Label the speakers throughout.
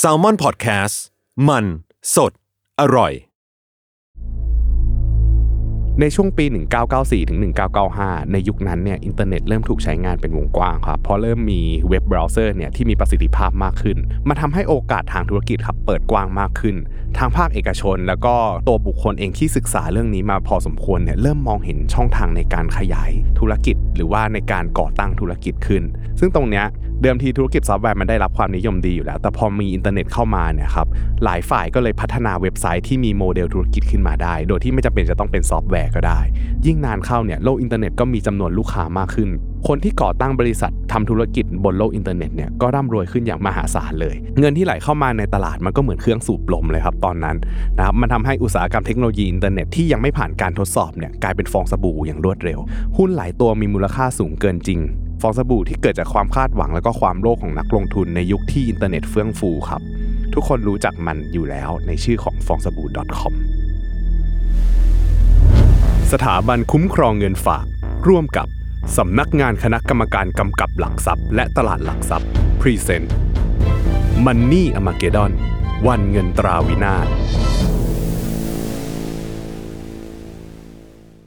Speaker 1: s a l ม o n PODCAST มันสดอร่อย
Speaker 2: ในช่วงปี 1994 ถึง 1995 ในยุคนั้นเนี่ยอินเทอร์เน็ตเริ่มถูกใช้งานเป็นวงกว้างครับเพราะเริ่มมีเว็บเบราว์เซอร์เนี่ยที่มีประสิทธิภาพมากขึ้น มันทำให้โอกาสทางธุรกิจครับเปิดกว้างมากขึ้น ทางภาคเอกชน แล้วก็ตัวบุคคลเองที่ศึกษาเรื่องนี้มาพอสมควรเนี่ยเริ่มมองเห็นช่องทางในการขยายธุรกิจ หรือว่าในการก่อตั้งธุรกิจขึ้น ซึ่งตรงเนี้ยเดิมทีธุรกิจซอฟต์แวร์มันได้รับความนิยมดีอยู่แล้ว แต่พอมีอินเทอร์เน็ตเข้ามาเนี่ยครับ หลายฝ่ายก็เลยพัฒนาเว็บไซต์ที่มีโมเดลธุรกิจขึ้นมาได้ โดยที่ไม่จำเป็นจะต้องเป็นซอฟต์แวร์ก็ได้ ยิ่งนานเข้าเนี่ยโลกอินเทอร์เน็ตก็มีจำนวนลูกค้ามากขึ้น คนที่ก่อตั้งบริษัททำธุรกิจบนโลกอินเทอร์เน็ตเนี่ยก็ร่ำรวยขึ้นอย่างมหาศาลเลย เงินที่ไหลเข้ามาในตลาดมันก็เหมือนเครื่องสูบลมเลยครับตอนนั้นนะครับมันทำให้อุตสาหกรรมเทคโนโลยีอินเทอร์เน็ตที่ยังไม่ผ่านการทดสอบเนี่ยกลายเป็นฟองสบู่อย่างรวดเร็ว หุ้นหลายตัวมีมูลค่าสูงเกินจริง ฟองสบู่ที่เกิดจากความคาดหวังและก็ความโลภของนักลงทุนในยุคที่อินเทอร์เน็ตเฟื่องฟูครับ ทุกคนรู้จักมันอยู่แล้วในชื่อของฟองสบู่ .com สถาบันคุ้มครองเงินฝาก ร่วมกับ สำนักงานคณะกรรมการกำกับหลักทรัพย์ และตลาดหลักทรัพย์ พรีเซนต์มันนี่อมาเกดอนวันเงินตราวินาศ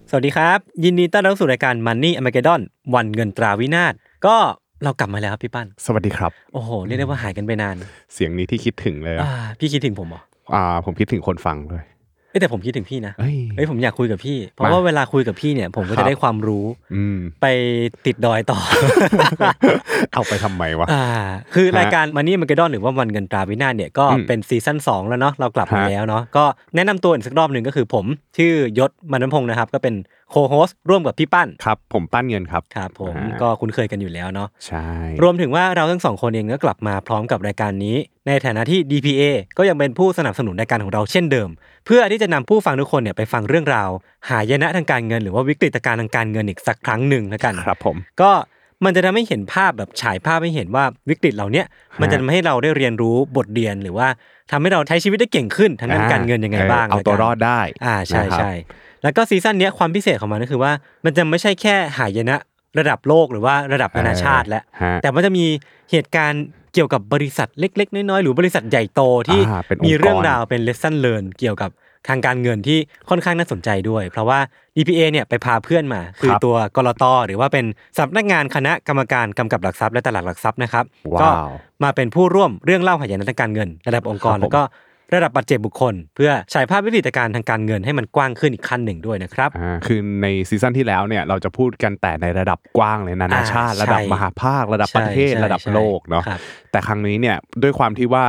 Speaker 3: สวัสดีครับ ยินดีต้อนรับสู่รายการ Money a m a g e d o n วันเงินตราวินาศก็เรากลับมาแล้วพี่ปั้น
Speaker 2: สวัสดีครับ
Speaker 3: โอ้โห เรียกได้ว่าหายกันไปนาน
Speaker 2: เสียงนี้ที่คิดถึงเลย
Speaker 3: อ่าพี่คิดถึงผมเหรอ
Speaker 2: อ่าผมคิดถึงคนฟังเลย
Speaker 3: เอ้ยแต่ผมคิดถึงพี่นะ
Speaker 2: เอ้ย
Speaker 3: เอ้ยผมอยากคุยกับพี่ เพราะ
Speaker 2: มา
Speaker 3: ว่าเวลาคุยกับพี่เนี่ย ผมก็
Speaker 2: ครั
Speaker 3: จะ
Speaker 2: บ
Speaker 3: ได้ความรู้
Speaker 2: อืม
Speaker 3: ไปติดดอยต่อ
Speaker 2: เอาไปทำไมวะ
Speaker 3: อ่าคือ
Speaker 2: ฮะ
Speaker 3: รายการ Money m a g e d o n หรือว่าวันเงินตราวินาศเนี่ยก็
Speaker 2: อืม
Speaker 3: เป็นซีซั่น2 แล้วเนาะเรากลับมา
Speaker 2: ฮะ
Speaker 3: แล้วเนาะก็แนะนำตัวอีกสักรอบหนึ่งก็คือผมชื่อยศมานพงศ์นะครับก็เป็นโคโฮสร่วมกับพี่ปั้น
Speaker 2: ครับ ผมปั้นเงินครับ
Speaker 3: ครับผม
Speaker 2: อ่า
Speaker 3: ก็คุ้นเคยกันอยู่แล้วเนาะ
Speaker 2: ใช่
Speaker 3: รวมถึงว่าเราทั้งสองคนเองก็กลับมาพร้อมกับรายการนี้ ในฐานะที่ DPA ก็ยังเป็นผู้สนับสนุนรายการของเราเช่นเดิม เพื่อที่จะนำผู้ฟังทุกคนเนี่ยไปฟังเรื่องราว หายนะทางการเงิน หรือว่าวิกฤตการณ์ทางการเงินอีกสักครั้งหนึ่งแล้วกัน
Speaker 2: ครับผม
Speaker 3: ก็มันจะทำให้เห็นภาพแบบฉายภาพให้เห็นว่าวิกฤตเหล่าเนี้ยมันจะทำให้เราได้เรียนรู้บทเรียนหรือว่าทำให้เราใช้ชีวิตได้เก่งขึ้นทางด้านการเงินยังไงบ้าง
Speaker 2: เอา
Speaker 3: แล้วกัน
Speaker 2: ตัวรอดได้
Speaker 3: อ่าใช่
Speaker 2: นะครับ
Speaker 3: ใช่แล้วก็ซีซั่นเนี้ยความพิเศษของมันก็คือว่า มันจะไม่ใช่แค่หายนะระดับโลกหรือว่าระดับนานาชาติแล้ว
Speaker 2: ฮะ
Speaker 3: แต่มันจะมีเหตุการณ์เกี่ยวกับบริษัทเล็ก ๆ น้อยๆ หรือบริษัทใหญ่โตที่
Speaker 2: อ่าเป็นองค์กร
Speaker 3: มีเรื่องราวเป็น lesson learn เกี่ยวกับทางการเงินที่ค่อนข้างน่าสนใจด้วย เพราะว่า DPA เนี่ยไปพาเพื่อนมา คือตัวกรตหรือว่าเป็นสำนักงานคณะกรรมการกำกับหลักทรัพย์และตลาดหลักทรัพย์นะครับก็
Speaker 2: ว้าว
Speaker 3: มาเป็นผู้ร่วมเรื่องเล่าหายนะทางการเงิน ระดับองค์ก
Speaker 2: ครั
Speaker 3: ร
Speaker 2: บผม
Speaker 3: แล้วก็ระดับปัจเจกบุคคล เพื่อฉายภาพวิกฤตการณ์ทางการเงินให้มันกว้างขึ้นอีกขั้นหนึ่งด้วยนะครับ
Speaker 2: อ่าคือในซีซั่นที่แล้วเนี่ยเราจะพูดกันแต่ในระดับกว้างเลยนานาชาติ
Speaker 3: อ่าใช่
Speaker 2: ระดับมหาภาค ระดับประเทศ
Speaker 3: ใช่ใช่
Speaker 2: ระดับโลกเนาะ
Speaker 3: ครับ
Speaker 2: แต่ครั้งนี้เนี่ยด้วยความที่ว่า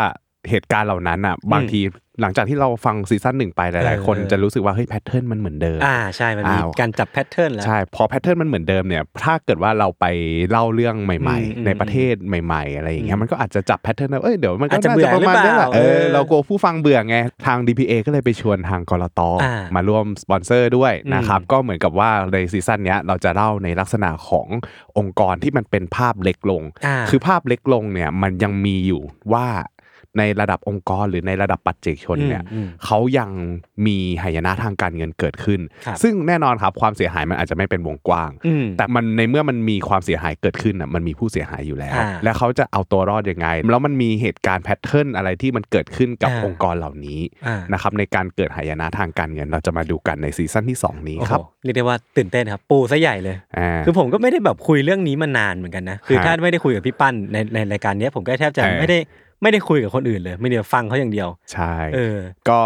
Speaker 2: เหตุการณ์เหล่านั้นอ่ะบางทีหลังจากที่เราฟังซีซั่นหนึ่งไปหลาย
Speaker 3: เออ
Speaker 2: ๆ คนจะรู้สึกว่าเฮ้ยแพทเทิร์นมันเหมือนเดิม
Speaker 3: อ่าใช่มันมี
Speaker 2: อ้าว
Speaker 3: การจับแพทเทิร์นแล้ว
Speaker 2: ใช่พอแพทเทิร์นมันเหมือนเดิมเนี่ยถ้าเกิดว่าเราไปเล่าเรื่องใหม่
Speaker 3: อืม
Speaker 2: ๆ ในประเทศใหม่ ๆ อะไรอย่างเงี้ยมันก็อาจจะจับแพทเทิร์นเอ้ยเดี๋ยวมันก็
Speaker 3: อาจจะ
Speaker 2: น่าจะประมาณนี้แหละ
Speaker 3: เบื่
Speaker 2: เอ
Speaker 3: อหรือเป
Speaker 2: อ
Speaker 3: ล่าเออ
Speaker 2: เรากลัวผู้ฟังเบื่อไงทาง DPA ก็เลยไปชวนทางกรต
Speaker 3: อ่า
Speaker 2: มาร่วมสปอนเซอร์ด้วยนะครับ
Speaker 3: อืม
Speaker 2: ก็เหมือนกับว่าในซีซั่นเนี้ยเราจะเล่าในลักษณะขององค์กรที่มันเป็นภาพเล็กลง
Speaker 3: อ่า
Speaker 2: คือภาพเล็กลงเนี่ยมันยังมีอยู่ว่าในระดับองค์กรหรือในระดับปัจเจกชนเนี่ย
Speaker 3: อืมอืม
Speaker 2: เขายังมีหายนะทางการเงินเกิดขึ้น
Speaker 3: ครับ
Speaker 2: ซึ่งแน่นอนครับความเสียหายมันอาจจะไม่เป็นวงกว้าง
Speaker 3: อืม
Speaker 2: แต่มันในเมื่อมันมีความเสียหายเกิดขึ้นน่ะมันมีผู้เสียหายอยู่แล้ว
Speaker 3: อ่า
Speaker 2: แล้วเขาจะเอาตัวรอดยังไง แล้วมันมีเหตุการณ์แพทเทิร์นอะไรที่มันเกิดขึ้นกับ
Speaker 3: อ่า
Speaker 2: องค์กรเหล่านี้
Speaker 3: อ่า
Speaker 2: นะครับในการเกิดหายนะทางการเงิน เราจะมาดูกันในซีซั่นที่สองนี้
Speaker 3: โอ้โห
Speaker 2: ครับ
Speaker 3: เรียกได้ว่าตื่นเต้นครับ ปูซะใหญ่เลย
Speaker 2: อ่า
Speaker 3: คือผมก็ไม่ได้แบบคุยเรื่องนี้มานานเหมือนกันนะ คือ
Speaker 2: ฮะ
Speaker 3: ถ้าไม่ได้คุยกับพี่ปั้นในในรายการเนี้ยผมก็แทบจะ
Speaker 2: เออ
Speaker 3: ไม่ได้ไม่ได้คุยกับคนอื่นเลยไม่ได้ฟังเขาอย่างเดียว
Speaker 2: ใช่
Speaker 3: เออ
Speaker 2: ก็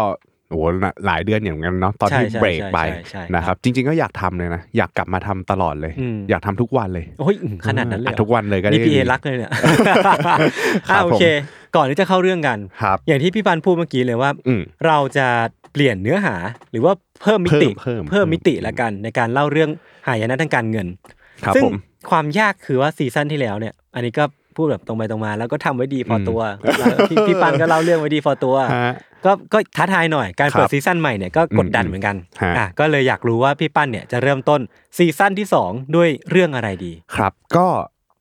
Speaker 2: โอ้โหหลายเดือนอย่างนั้นเนาะตอนที่
Speaker 3: ใช่ใช่
Speaker 2: เบรกไป
Speaker 3: ใช่ใช่ใช่
Speaker 2: นะครับจริง ๆก็อยากทำเลยนะอยากกลับมาทำตลอดเลย
Speaker 3: อืม
Speaker 2: อยากทำทุกวันเลย
Speaker 3: โอ้ยอืมขนาดนั้นเลยเหร
Speaker 2: อ่ะ
Speaker 3: อ
Speaker 2: ทุกวันเลยก็ได้
Speaker 3: นี่พีเอรักเลยเนี่ย
Speaker 2: ครั
Speaker 3: อ่า
Speaker 2: บผม
Speaker 3: โอเค ก่อนที่จะเข้าเรื่องกัน
Speaker 2: ครับ
Speaker 3: อย่างที่พี่ปันพูดเมื่อกี้เลยว่า
Speaker 2: อืม
Speaker 3: เราจะเปลี่ยนเนื้อหา หรือว่าเพิ่มมิติ
Speaker 2: เพิ่มเพิ่ม
Speaker 3: มิติละกัน ในการเล่าเรื่องหายนะทางการเงิน
Speaker 2: ครับ
Speaker 3: ซึ่ง
Speaker 2: ผม
Speaker 3: ความยากคือว่าซีซั่นที่แล้วเนี่ย อันนี้ก็พูดแบบตรงไปตรงมา แล้วก็ทำไว้ดีพอตัวแล้วพี่พี่ปันก็เล่าเรื่องไว้ดีพอตัว
Speaker 2: ฮะ
Speaker 3: ก็ก็ท้าทายหน่อยการ
Speaker 2: ค
Speaker 3: เปิด
Speaker 2: รับ
Speaker 3: ซีซั่นใหม่เนี่ยก็กดดัน
Speaker 2: อืม
Speaker 3: เหมือนกัน
Speaker 2: ฮะ
Speaker 3: อ่ะก็เลยอยากรู้ว่าพี่ปั้นเนี่ยจะเริ่มต้นซีซั่นที่สองด้วยเรื่องอะไรดี
Speaker 2: ครับก็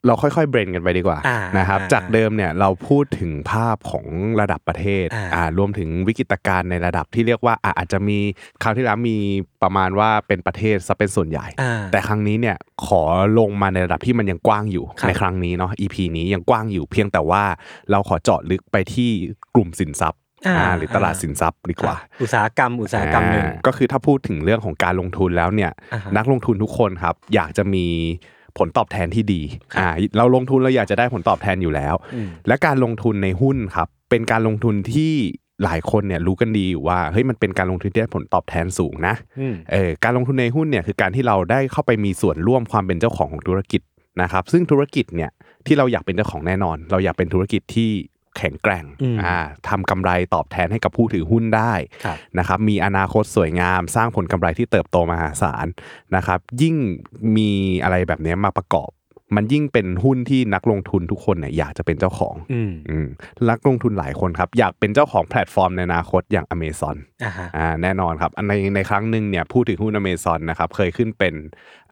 Speaker 2: เราค่อยๆเบรนกันไปดีกว่า
Speaker 3: อ่า
Speaker 2: นะครับ
Speaker 3: อ่า
Speaker 2: จากเดิมเนี่ยเราพูดถึงภาพของระดับประเทศ
Speaker 3: อ่า
Speaker 2: อ่ารวมถึงวิกฤตการณ์ในระดับที่เรียกว่าอ่ะอาจจะมีคราวที่แล้วมีประมาณว่าเป็นประเทศซะเป็นส่วนใหญ่
Speaker 3: อ่า
Speaker 2: แต่ครั้งนี้เนี่ยขอลงมาในระดับที่มันยังกว้างอยู่
Speaker 3: ครับ
Speaker 2: ในครั้งนี้เนาะ EP นี้ยังกว้างอยู่เพียงแต่ว่าเราขอเจาะลึกไปที่กลุ่มสินทรัพย์
Speaker 3: อ่า
Speaker 2: อ่าหรือตลาดสินทรัพย์ดีกว่า
Speaker 3: อุตสาหกรรมอุตสาหกรรมหนึ่ง
Speaker 2: อ่าก็คือถ้าพูดถึงเรื่องของการลงทุนแล้วเนี่ย
Speaker 3: อ่าฮะ
Speaker 2: นักลงทุนทุกคนครับ อยากจะมีผลตอบแทนที่ดี
Speaker 3: ครับ
Speaker 2: อ่าเราลงทุนเราอยากจะได้ผลตอบแทนอยู่แล้ว
Speaker 3: อืม
Speaker 2: และการลงทุนในหุ้นครับ เป็นการลงทุนที่หลายคนเนี่ยรู้กันดีอยู่ว่าเฮ้ยมันเป็นการลงทุนที่ได้ผลตอบแทนสูงนะ
Speaker 3: อืม
Speaker 2: เออการลงทุนในหุ้นเนี่ยคือการที่เราได้เข้าไปมีส่วนร่วมความเป็นเจ้าของของธุรกิจนะครับ ซึ่งธุรกิจเนี่ยที่เราอยากเป็นเจ้าของแน่นอน เราอยากเป็นธุรกิจที่แข็งแกร่ง
Speaker 3: อืม
Speaker 2: อ่าทำกำไรตอบแทนให้กับผู้ถือหุ้นได้
Speaker 3: ครับ
Speaker 2: นะครับมีอนาคตสวยงาม สร้างผลกำไรที่เติบโตมหาศาลนะครับยิ่งมีอะไรแบบเนี้ยมาประกอบ มันยิ่งเป็นหุ้นที่นักลงทุนทุกคนเนี่ยอยากจะเป็นเจ้าของ
Speaker 3: อืม
Speaker 2: อืมนักลงทุนหลายคนครับอยากเป็นเจ้าของแพลตฟอร์มในอนาคตอย่าง Amazon
Speaker 3: อ่าฮะ
Speaker 2: อ่าแน่นอนครับอันในในครั้งหนึ่งเนี่ยผู้ถือหุ้นอเมซอนนะครับเคยขึ้นเป็น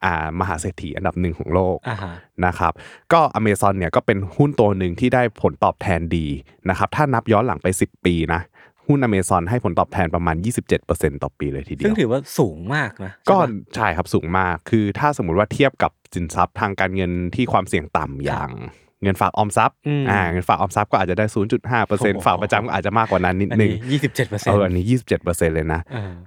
Speaker 2: อ่ามหาเศรษฐีอันดับหนึ่งของโลก
Speaker 3: อ่าฮะ
Speaker 2: นะครับก็อเมซอนเนี่ยก็เป็นหุ้นตัวหนึ่งที่ได้ผลตอบแทนดีนะครับถ้านับย้อนหลังไป 10 ปีนะหุ้นอเมซอนให้ผลตอบแทนประมาณ 27%ต่อปีเลยทีเดี
Speaker 3: ซึ่ง
Speaker 2: ยว
Speaker 3: ถือว่าสูงมากนะ
Speaker 2: ก็
Speaker 3: ใช่ปะ
Speaker 2: ใช่ครับสูงมาก คือถ้าสมมุติว่าเทียบกับสินทรัพย์ทางการเงินที่ความเสี่ยงต่ำอย่างเงินฝากออมทรัพย์
Speaker 3: อืม
Speaker 2: อ่าเงินฝากออมทรัพย์ก็อาจจะได้
Speaker 3: โอ้โห
Speaker 2: 0.5%ฝากประจำก็อาจจะมากกว่านั้นนิด
Speaker 3: อัน
Speaker 2: นึ
Speaker 3: นี้
Speaker 2: ง
Speaker 3: ยี่สิบเจ็ดเปอร์เซ็น
Speaker 2: เอ
Speaker 3: ต์
Speaker 2: ออันนี้ 27%เลยนะ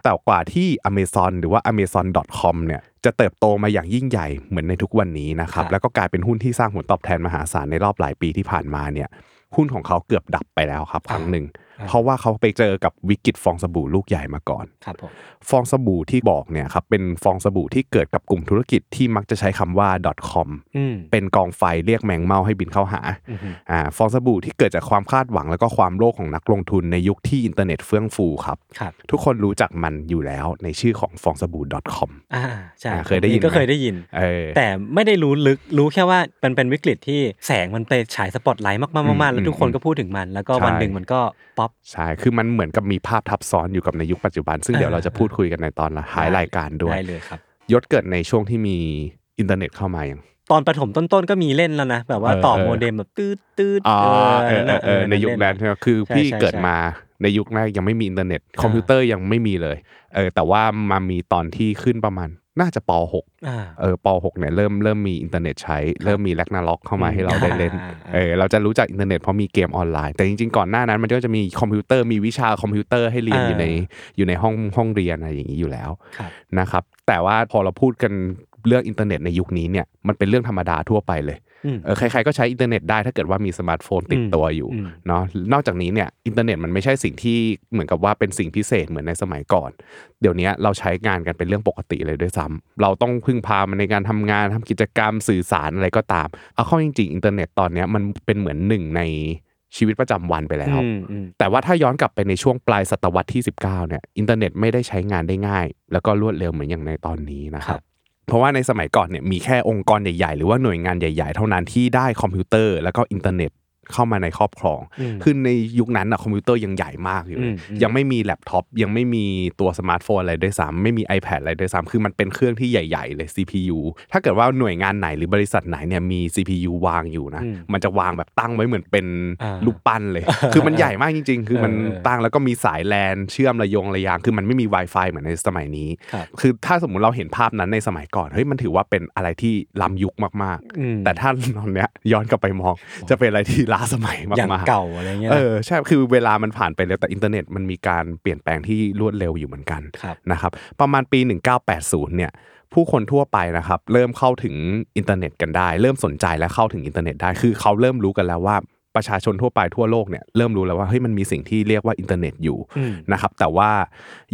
Speaker 2: แต่กว่าที่ Amazon หรือว่า Amazon.com เนี่ยจะเติบโตมาอย่างยิ่งใหญ่เหมือนในทุกวันนี้นะครับ แล้วก็กลายเป็นหุ้นที่สร้างผลตอบแทนมหาศาลในรอบหลายปีที่ผ่านมาเนี่ยหุ้นของเขาเกือบดับไปแล้วครับครั้งหนึ่ง เพราะว่าเขาไปเจอกับวิกฤตฟองสบู่ลูกใหญ่มาก่อน
Speaker 3: ครับผม
Speaker 2: ฟองสบู่ที่บอกเนี่ยครับเป็นฟองสบู่ที่เกิดกับกลุ่มธุรกิจที่มักจะใช้คำว่า .com
Speaker 3: อืม
Speaker 2: เป็นกองไฟเรียกแมงเมาให้บินเข้าหา
Speaker 3: อืม
Speaker 2: อ่าฟองสบู่ที่เกิดจากความคาดหวังแล้วก็ความโลภของนักลงทุนในยุคที่อินเทอร์เน็ตเฟื่องฟูครับ
Speaker 3: ครับ
Speaker 2: ทุกคนรู้จักมันอยู่แล้วในชื่อของฟองสบู่ .com
Speaker 3: อ่าใช่
Speaker 2: อ่าเคยได้ยินไหม
Speaker 3: ก็เคยได้ยิน
Speaker 2: เออ
Speaker 3: แต่ไม่ได้รู้ลึกรู้แค่ว่ามันเป็นวิกฤตที่แสงมันไปฉายสปอตไลท์มากๆๆๆแล้วทุกคนก็พูดถึงมัน แล้วก็วัน
Speaker 2: ใช่
Speaker 3: หนึ่งมันก็ป๊อป
Speaker 2: ใช่ คือมันเหมือนกับมีภาพทับซ้อนอยู่กับในยุคปัจจุบัน ซึ่งเดี๋ยว
Speaker 3: อ่า
Speaker 2: เราจะพูดคุยกันในตอนละท้ายรายการด้วย
Speaker 3: ได้เลยครับ
Speaker 2: ยศเกิดในช่วงที่มีอินเทอร์เน็ตเข้ามาอย่าง
Speaker 3: ตอนประถมต้นๆก็มีเล่นแล้วนะ แบบว่า
Speaker 2: เออ
Speaker 3: ต่อ
Speaker 2: เออ
Speaker 3: โมเด็มแบบตืดตืด
Speaker 2: อ่า
Speaker 3: เอ
Speaker 2: เออ
Speaker 3: อ
Speaker 2: เออเออ
Speaker 3: เออ
Speaker 2: ในยุคนั้น
Speaker 3: เล่
Speaker 2: ใช่ไหมคือ
Speaker 3: ใช่
Speaker 2: พี่
Speaker 3: ใช่
Speaker 2: เกิด
Speaker 3: ใช่
Speaker 2: มาในยุคแรกยังไม่มีอินเทอร์เน็ต คอมพิวเตอร์ยังไม่มีเลยเออแต่ว่ามามีตอนที่ขึ้นประมาณน่าจะป .6
Speaker 3: า
Speaker 2: เออป .6 เนี่ยเริ่มเริ่มมีอินเทอร์เน็ตใช้เริ่มมีแลกนาล็อกเข้ามา
Speaker 3: อืม
Speaker 2: ให้เราได้เล่น
Speaker 3: อ่าอ่า
Speaker 2: เออเราจะรู้จักอินเทอร์เน็ตเพราะมีเกมออนไลน์ แต่จริงๆ ก่อนหน้านั้นมันก็จะมีคอมพิวเตอร์มีวิชาคอมพิวเตอร์ให้เรียนอยู่ในอยู่ในห้องห้องเรียนอะไรอย่างนี้อยู่แล้ว
Speaker 3: ครับ
Speaker 2: นะครับแต่ว่าพอเราพูดกันเรื่องอินเทอร์เน็ตในยุคนี้เนี่ยมันเป็นเรื่องธรรมดาทั่วไปเลย
Speaker 3: อืม
Speaker 2: เออใครๆก็ใช้อินเทอร์เน็ตได้ถ้าเกิดว่ามีสมาร์ทโฟนติด
Speaker 3: อืม
Speaker 2: ตัวอยู่
Speaker 3: อืม
Speaker 2: เนาะนอกจากนี้เนี่ยอินเทอร์เน็ตมันไม่ใช่สิ่งที่เหมือนกับว่าเป็นสิ่งพิเศษเหมือนในสมัยก่อน เดี๋ยวนี้เราใช้งานกันเป็นเรื่องปกติเลยด้วยซ้ำเราต้องพึ่งพามันในการทำงานทำกิจกรรมสื่อสารอะไรก็ตาม เอาเข้าจริงๆอินเทอร์เน็ตตอนเนี้ยมันเป็นเหมือนหนึ่งในชีวิตประจำวันไปแล้ว
Speaker 3: อืมอืม
Speaker 2: แต่ว่าถ้าย้อนกลับไปในช่วงปลายศตวรรษที่ 19เนี่ยอินเทอร์เน็ตไม่ได้ใช้งานได้ง่าย แล้วก็รวดเร็วเหมือนอย่างในตอนนี้นะครับเพราะว่าในสมัยก่อนเนี่ยมีแค่องค์กรใหญ่ๆ หรือว่าหน่วยงานใหญ่ๆ เท่านั้นที่ได้คอมพิวเตอร์แล้วก็อินเทอร์เน็ตเข้ามาในครอบครอง
Speaker 3: อืม
Speaker 2: คือในยุคนั้นอะคอมพิวเตอร์ยังใหญ่มากอยู่เล
Speaker 3: อื
Speaker 2: ย
Speaker 3: มอืม
Speaker 2: ยังไม่มีแล็ปท็อปยังไม่มีตัวสมาร์ทโฟนอะไรด้วยซ้ำไม่มี iPad อะไรด้วยซ้ำคือมันเป็นเครื่องที่ใหญ่ ๆ เลย CPU ถ้าเกิดว่าหน่วยงานไหนหรือบริษัทไหนเนี่ยมี CPU วางอยู่นะ
Speaker 3: อืม
Speaker 2: มันจะวางแบบตั้งไว้เหมือนเป็น
Speaker 3: อ่า
Speaker 2: รูปปั้นเลย คือมันใหญ่มากจ ริง ๆ คือมัน
Speaker 3: เออเออ
Speaker 2: ตั้งแล้วก็มีสายแลนเชื่อมระยงระยางคือมันไม่มี Wi-Fi เหมือนในสมัยนี้
Speaker 3: ครับ
Speaker 2: คือถ้าสมมุติเราเห็นภาพนั้นในสมัยก่อนเฮ้ยมันถือว่าเป็นอะไรที่ล้ำยุคมาก
Speaker 3: อืม
Speaker 2: ๆ แต่ถ้าตอนเนี้ยย้อนกลับไปมองจะเป็นอะไรที่ล้าสมัยมากๆ
Speaker 3: อย่างเก่าอะไรเงี้ย
Speaker 2: เอ
Speaker 3: นะ
Speaker 2: อใช่คือเวลามันผ่านไปแล้วแต่อินเทอร์เน็ตมันมีการเปลี่ยนแปลงที่รวดเร็วอยู่เหมือนกัน
Speaker 3: ครับ
Speaker 2: นะครับประมาณปี 1980เนี่ยผู้คนทั่วไปนะครับเริ่มเข้าถึงอินเทอร์เน็ตกันได้ เริ่มสนใจและเข้าถึงอินเทอร์เน็ตได้คือเขาเริ่มรู้กันแล้วว่าประชาชนทั่วไปทั่วโลกเนี่ยเริ่มรู้แล้วว่าเฮ้ยมันมีสิ่งที่เรียกว่าอินเทอร์เน็ตอยู่
Speaker 3: อืม
Speaker 2: นะครับแต่ว่า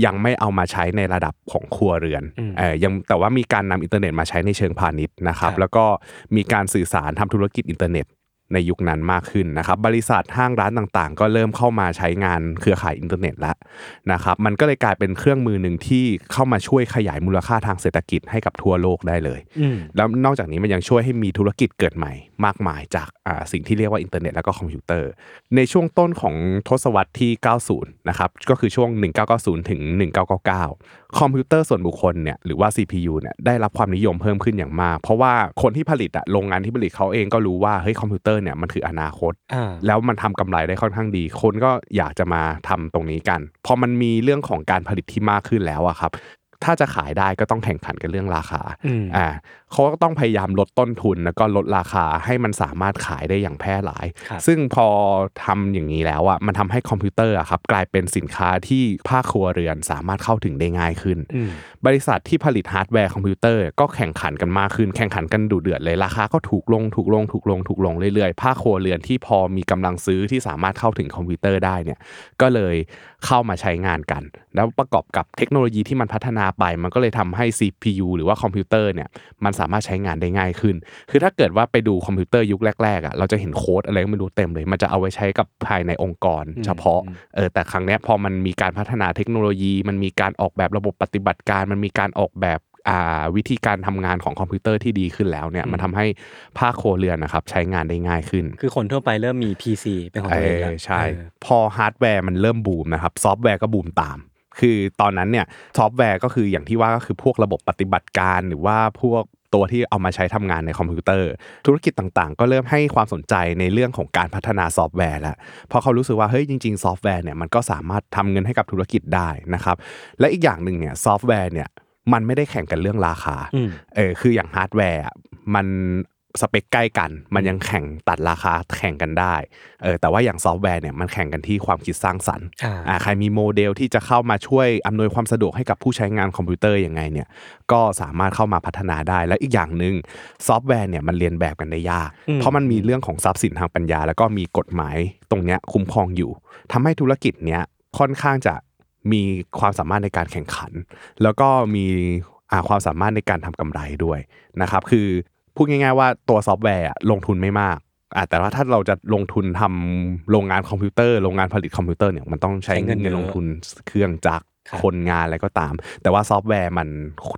Speaker 2: ยังไม่เอามาใช้ในระดับของครัวเรือน
Speaker 3: อืม
Speaker 2: เออยังแต่ว่ามีการนำอินเทอร์เน็ตมาใช้ในเชิงพาณิชย์นะครับ
Speaker 3: ครับ
Speaker 2: แล้วก็มีการสื่อสารทำธุรกิจอินเทอร์เน็ตในยุคนั้นมากขึ้นนะครับบริษัทห้างร้านต่างๆ ก็เริ่มเข้ามาใช้งานเครือข่ายอินเทอร์เน็ตแล้วนะครับมันก็เลยกลายเป็นเครื่องมือหนึ่งที่เข้ามาช่วยขยายมูลค่าทางเศรษฐกิจให้กับทั่วโลกได้เลย
Speaker 3: อืม
Speaker 2: แล้วนอกจากนี้มันยังช่วยให้มีธุรกิจเกิดใหม่มากมายจากอ่าสิ่งที่เรียกว่าอินเทอร์เน็ตแล้วก็คอมพิวเตอร์ ในช่วงต้นของทศวรรษที่ 90 นะครับ ก็คือช่วง 1990 ถึง 1999 คอมพิวเตอร์ส่วนบุคคลเนี่ยหรือว่า CPU เนี่ยได้รับความนิยมเพิ่มขึ้นอย่างมาก เพราะว่าคนที่ผลิตอะโรงงานที่ผลิตเขาเองก็รู้ว่าเฮ้ยคอมพิวเตอร์เนี่ยมันคืออนาคต
Speaker 3: อ่า
Speaker 2: แล้วมันทำกำไรได้ค่อนข้างดี คนก็อยากจะมาทำตรงนี้กัน พอมันมีเรื่องของการผลิตที่มากขึ้นแล้วอะครับ ถ้าจะขายได้ก็ต้องแข่งขันกันเรื่องราคา
Speaker 3: อืม
Speaker 2: อ่าเขาก็ต้องพยายามลดต้นทุนแล้วก็ลดราคาให้มันสามารถขายได้อย่างแพร่หลาย
Speaker 3: ครับ
Speaker 2: ซึ่งพอทำอย่างนี้แล้วอ่ะมันทำให้คอมพิวเตอร์อะครับกลายเป็นสินค้าที่ภาคครัวเรือนสามารถเข้าถึงได้ง่ายขึ้น
Speaker 3: อืม
Speaker 2: บริษัทที่ผลิตฮาร์ดแวร์คอมพิวเตอร์ก็แข่งขันกันมากขึ้น แข่งขันกันดุเดือดเลยราคาก็ถูกลงถูกลงถูกลงถูกลงเรื่อยๆ ภาคครัวเรือนที่พอมีกำลังซื้อที่สามารถเข้าถึงคอมพิวเตอร์ได้เนี่ยก็เลยเข้ามาใช้งานกัน แล้วประกอบกับเทคโนโลยีที่มันพัฒนาไป มันก็เลยทำให้ CPU หรือว่าคอมพิวเตอร์เนี่ยมันสามารถใช้งานได้ง่ายขึ้น คือถ้าเกิดว่าไปดูคอมพิวเตอร์ยุคแรกๆอ่ะเราจะเห็นโค้ดอะไรก็ไม่รู้เต็มเลย มันจะเอาไว้ใช้กับภายในองค์กร
Speaker 3: อืม
Speaker 2: เฉพาะ เออแต่ครั้งเนี้ยพอมันมีการพัฒนาเทคโนโลยี มันมีการออกแบบระบบปฏิบัติการ มันมีการออกแบบอ่าวิธีการทำงานของคอมพิวเตอร์ที่ดีขึ้นแล้วเนี่ย
Speaker 3: อืม
Speaker 2: มันทำให้ภาคครัวเรือนนะครับใช้งานได้ง่ายขึ้น
Speaker 3: คือคนทั่วไปเริ่มมี PC เป็นของ
Speaker 2: เอ
Speaker 3: ตัวเอง
Speaker 2: อ
Speaker 3: แล้ว
Speaker 2: ใช่
Speaker 3: เออ
Speaker 2: พอฮาร์ดแวร์มันเริ่มบูมนะครับซอฟต์แวร์ก็บูมตาม คือตอนนั้นเนี่ยซอฟต์แวร์ก็คืออย่างที่ว่าก็คือพวกระบบปฏิบัติการ หรือว่าพวกตัวที่เอามาใช้ทำงานในคอมพิวเตอร์ ธุรกิจต่างๆ ก็เริ่มให้ความสนใจในเรื่องของการพัฒนาซอฟต์แวร์แล้ว เพราะเขารู้สึกว่าเฮ้ยจริงๆซอฟต์แวร์เนี่ยมันก็สามารถทำเงินให้กับธุรกิจได้นะครับและอีกอย่างหนึ่งเนี่ยซอฟต์แวร์เนี่ยมันไม่ได้แข่งกันเรื่องราคา
Speaker 3: อืม
Speaker 2: เออคืออย่างฮาร์ดแวร์อะมันสเปคใกล้กัน มันยังแข่งตัดราคาแข่งกันได้เออแต่ว่าอย่างซอฟต์แวร์เนี่ยมันแข่งกันที่ความคิดสร้างสรรค์
Speaker 3: อ่า
Speaker 2: อ่าใครมีโมเดลที่จะเข้ามาช่วยอำนวยความสะดวกให้กับผู้ใช้งานคอมพิวเตอร์ยังไงเนี่ยก็สามารถเข้ามาพัฒนาได้และอีกอย่างหนึ่งซอฟต์แวร์เนี่ยมันเรียนแบบกันได้ยาก
Speaker 3: อืม
Speaker 2: เพราะมันมีเรื่องของทรัพย์สินทางปัญญา แล้วก็มีกฎหมายตรงเนี้ยคุ้มครองอยู่ทำให้ธุรกิจเนี้ยค่อนข้างจะมีความสามารถในการแข่งขัน แล้วก็มีอ่าความสามารถในการทำกำไรด้วยนะครับคือพูดง่าย ๆ ว่าตัวซอฟต์แวร์อะลงทุนไม่มากอ่ะแต่ว่าถ้าเราจะลงทุนทำโรงงานคอมพิวเตอร์โรงงานผลิตคอมพิวเตอร์เนี่ยมันต้องใช้
Speaker 3: ใช้เงิ
Speaker 2: เงิ
Speaker 3: น
Speaker 2: น
Speaker 3: เยอะ
Speaker 2: ลงทุนเครื่องจักร
Speaker 3: ครับ
Speaker 2: คนงานอะไรก็ตาม แต่ว่าซอฟต์แวร์มัน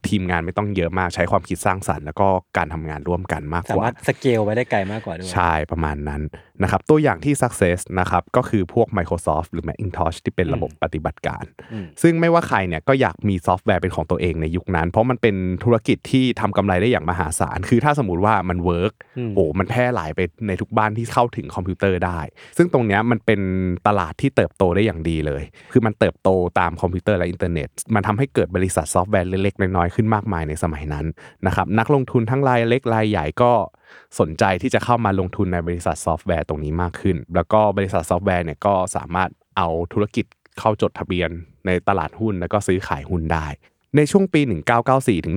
Speaker 2: ทีมงานไม่ต้องเยอะมาก ใช้ความคิดสร้างสรรค์แล้วก็การทำงานร่วมกันมาก
Speaker 3: สาก
Speaker 2: ว่า
Speaker 3: มารถสเกลไว้ได้ไกลมากกว่าด้วย
Speaker 2: ใช่ประมาณนั้นนะครับตัวอย่างที่ success นะครับก็คือพวก Microsoft หรือ Macintosh ที่เป็นระบบปฏิบัติการ
Speaker 3: อืม
Speaker 2: ซึ่งไม่ว่าใครเนี่ยก็อยากมีซอฟต์แวร์เป็นของตัวเองในยุคนั้น เพราะมันเป็นธุรกิจที่ทำกำไรได้อย่างมหาศาล คือถ้าสมมติว่ามันเวิร์ก
Speaker 3: อืม
Speaker 2: โอ้มันแพร่หลายไปในทุกบ้านที่เข้าถึงคอมพิวเตอร์ได้ ซึ่งตรงเนี้ยมันเป็นตลาดที่เติบโตได้อย่างดีเลย คือมันเติบโตตามคอมพิวเตอร์และอินเทอร์เน็ต มันทำให้เกิดบริษัทซอฟต์แวร์เล็กๆน้อยๆขึ้นมากมายในสมัยนั้นนะครับนักลงทุนทั้งรายเล็กรายใหญ่ก็สนใจที่จะเข้ามาลงทุนในบริษัทซอฟต์แวร์ตรงนี้มากขึ้น แล้วก็บริษัทซอฟต์แวร์เนี่ยก็สามารถเอาธุรกิจเข้าจดทะเบียนในตลาดหุ้นแล้วก็ซื้อขายหุ้นได้ ในช่วงปี 1994ถึง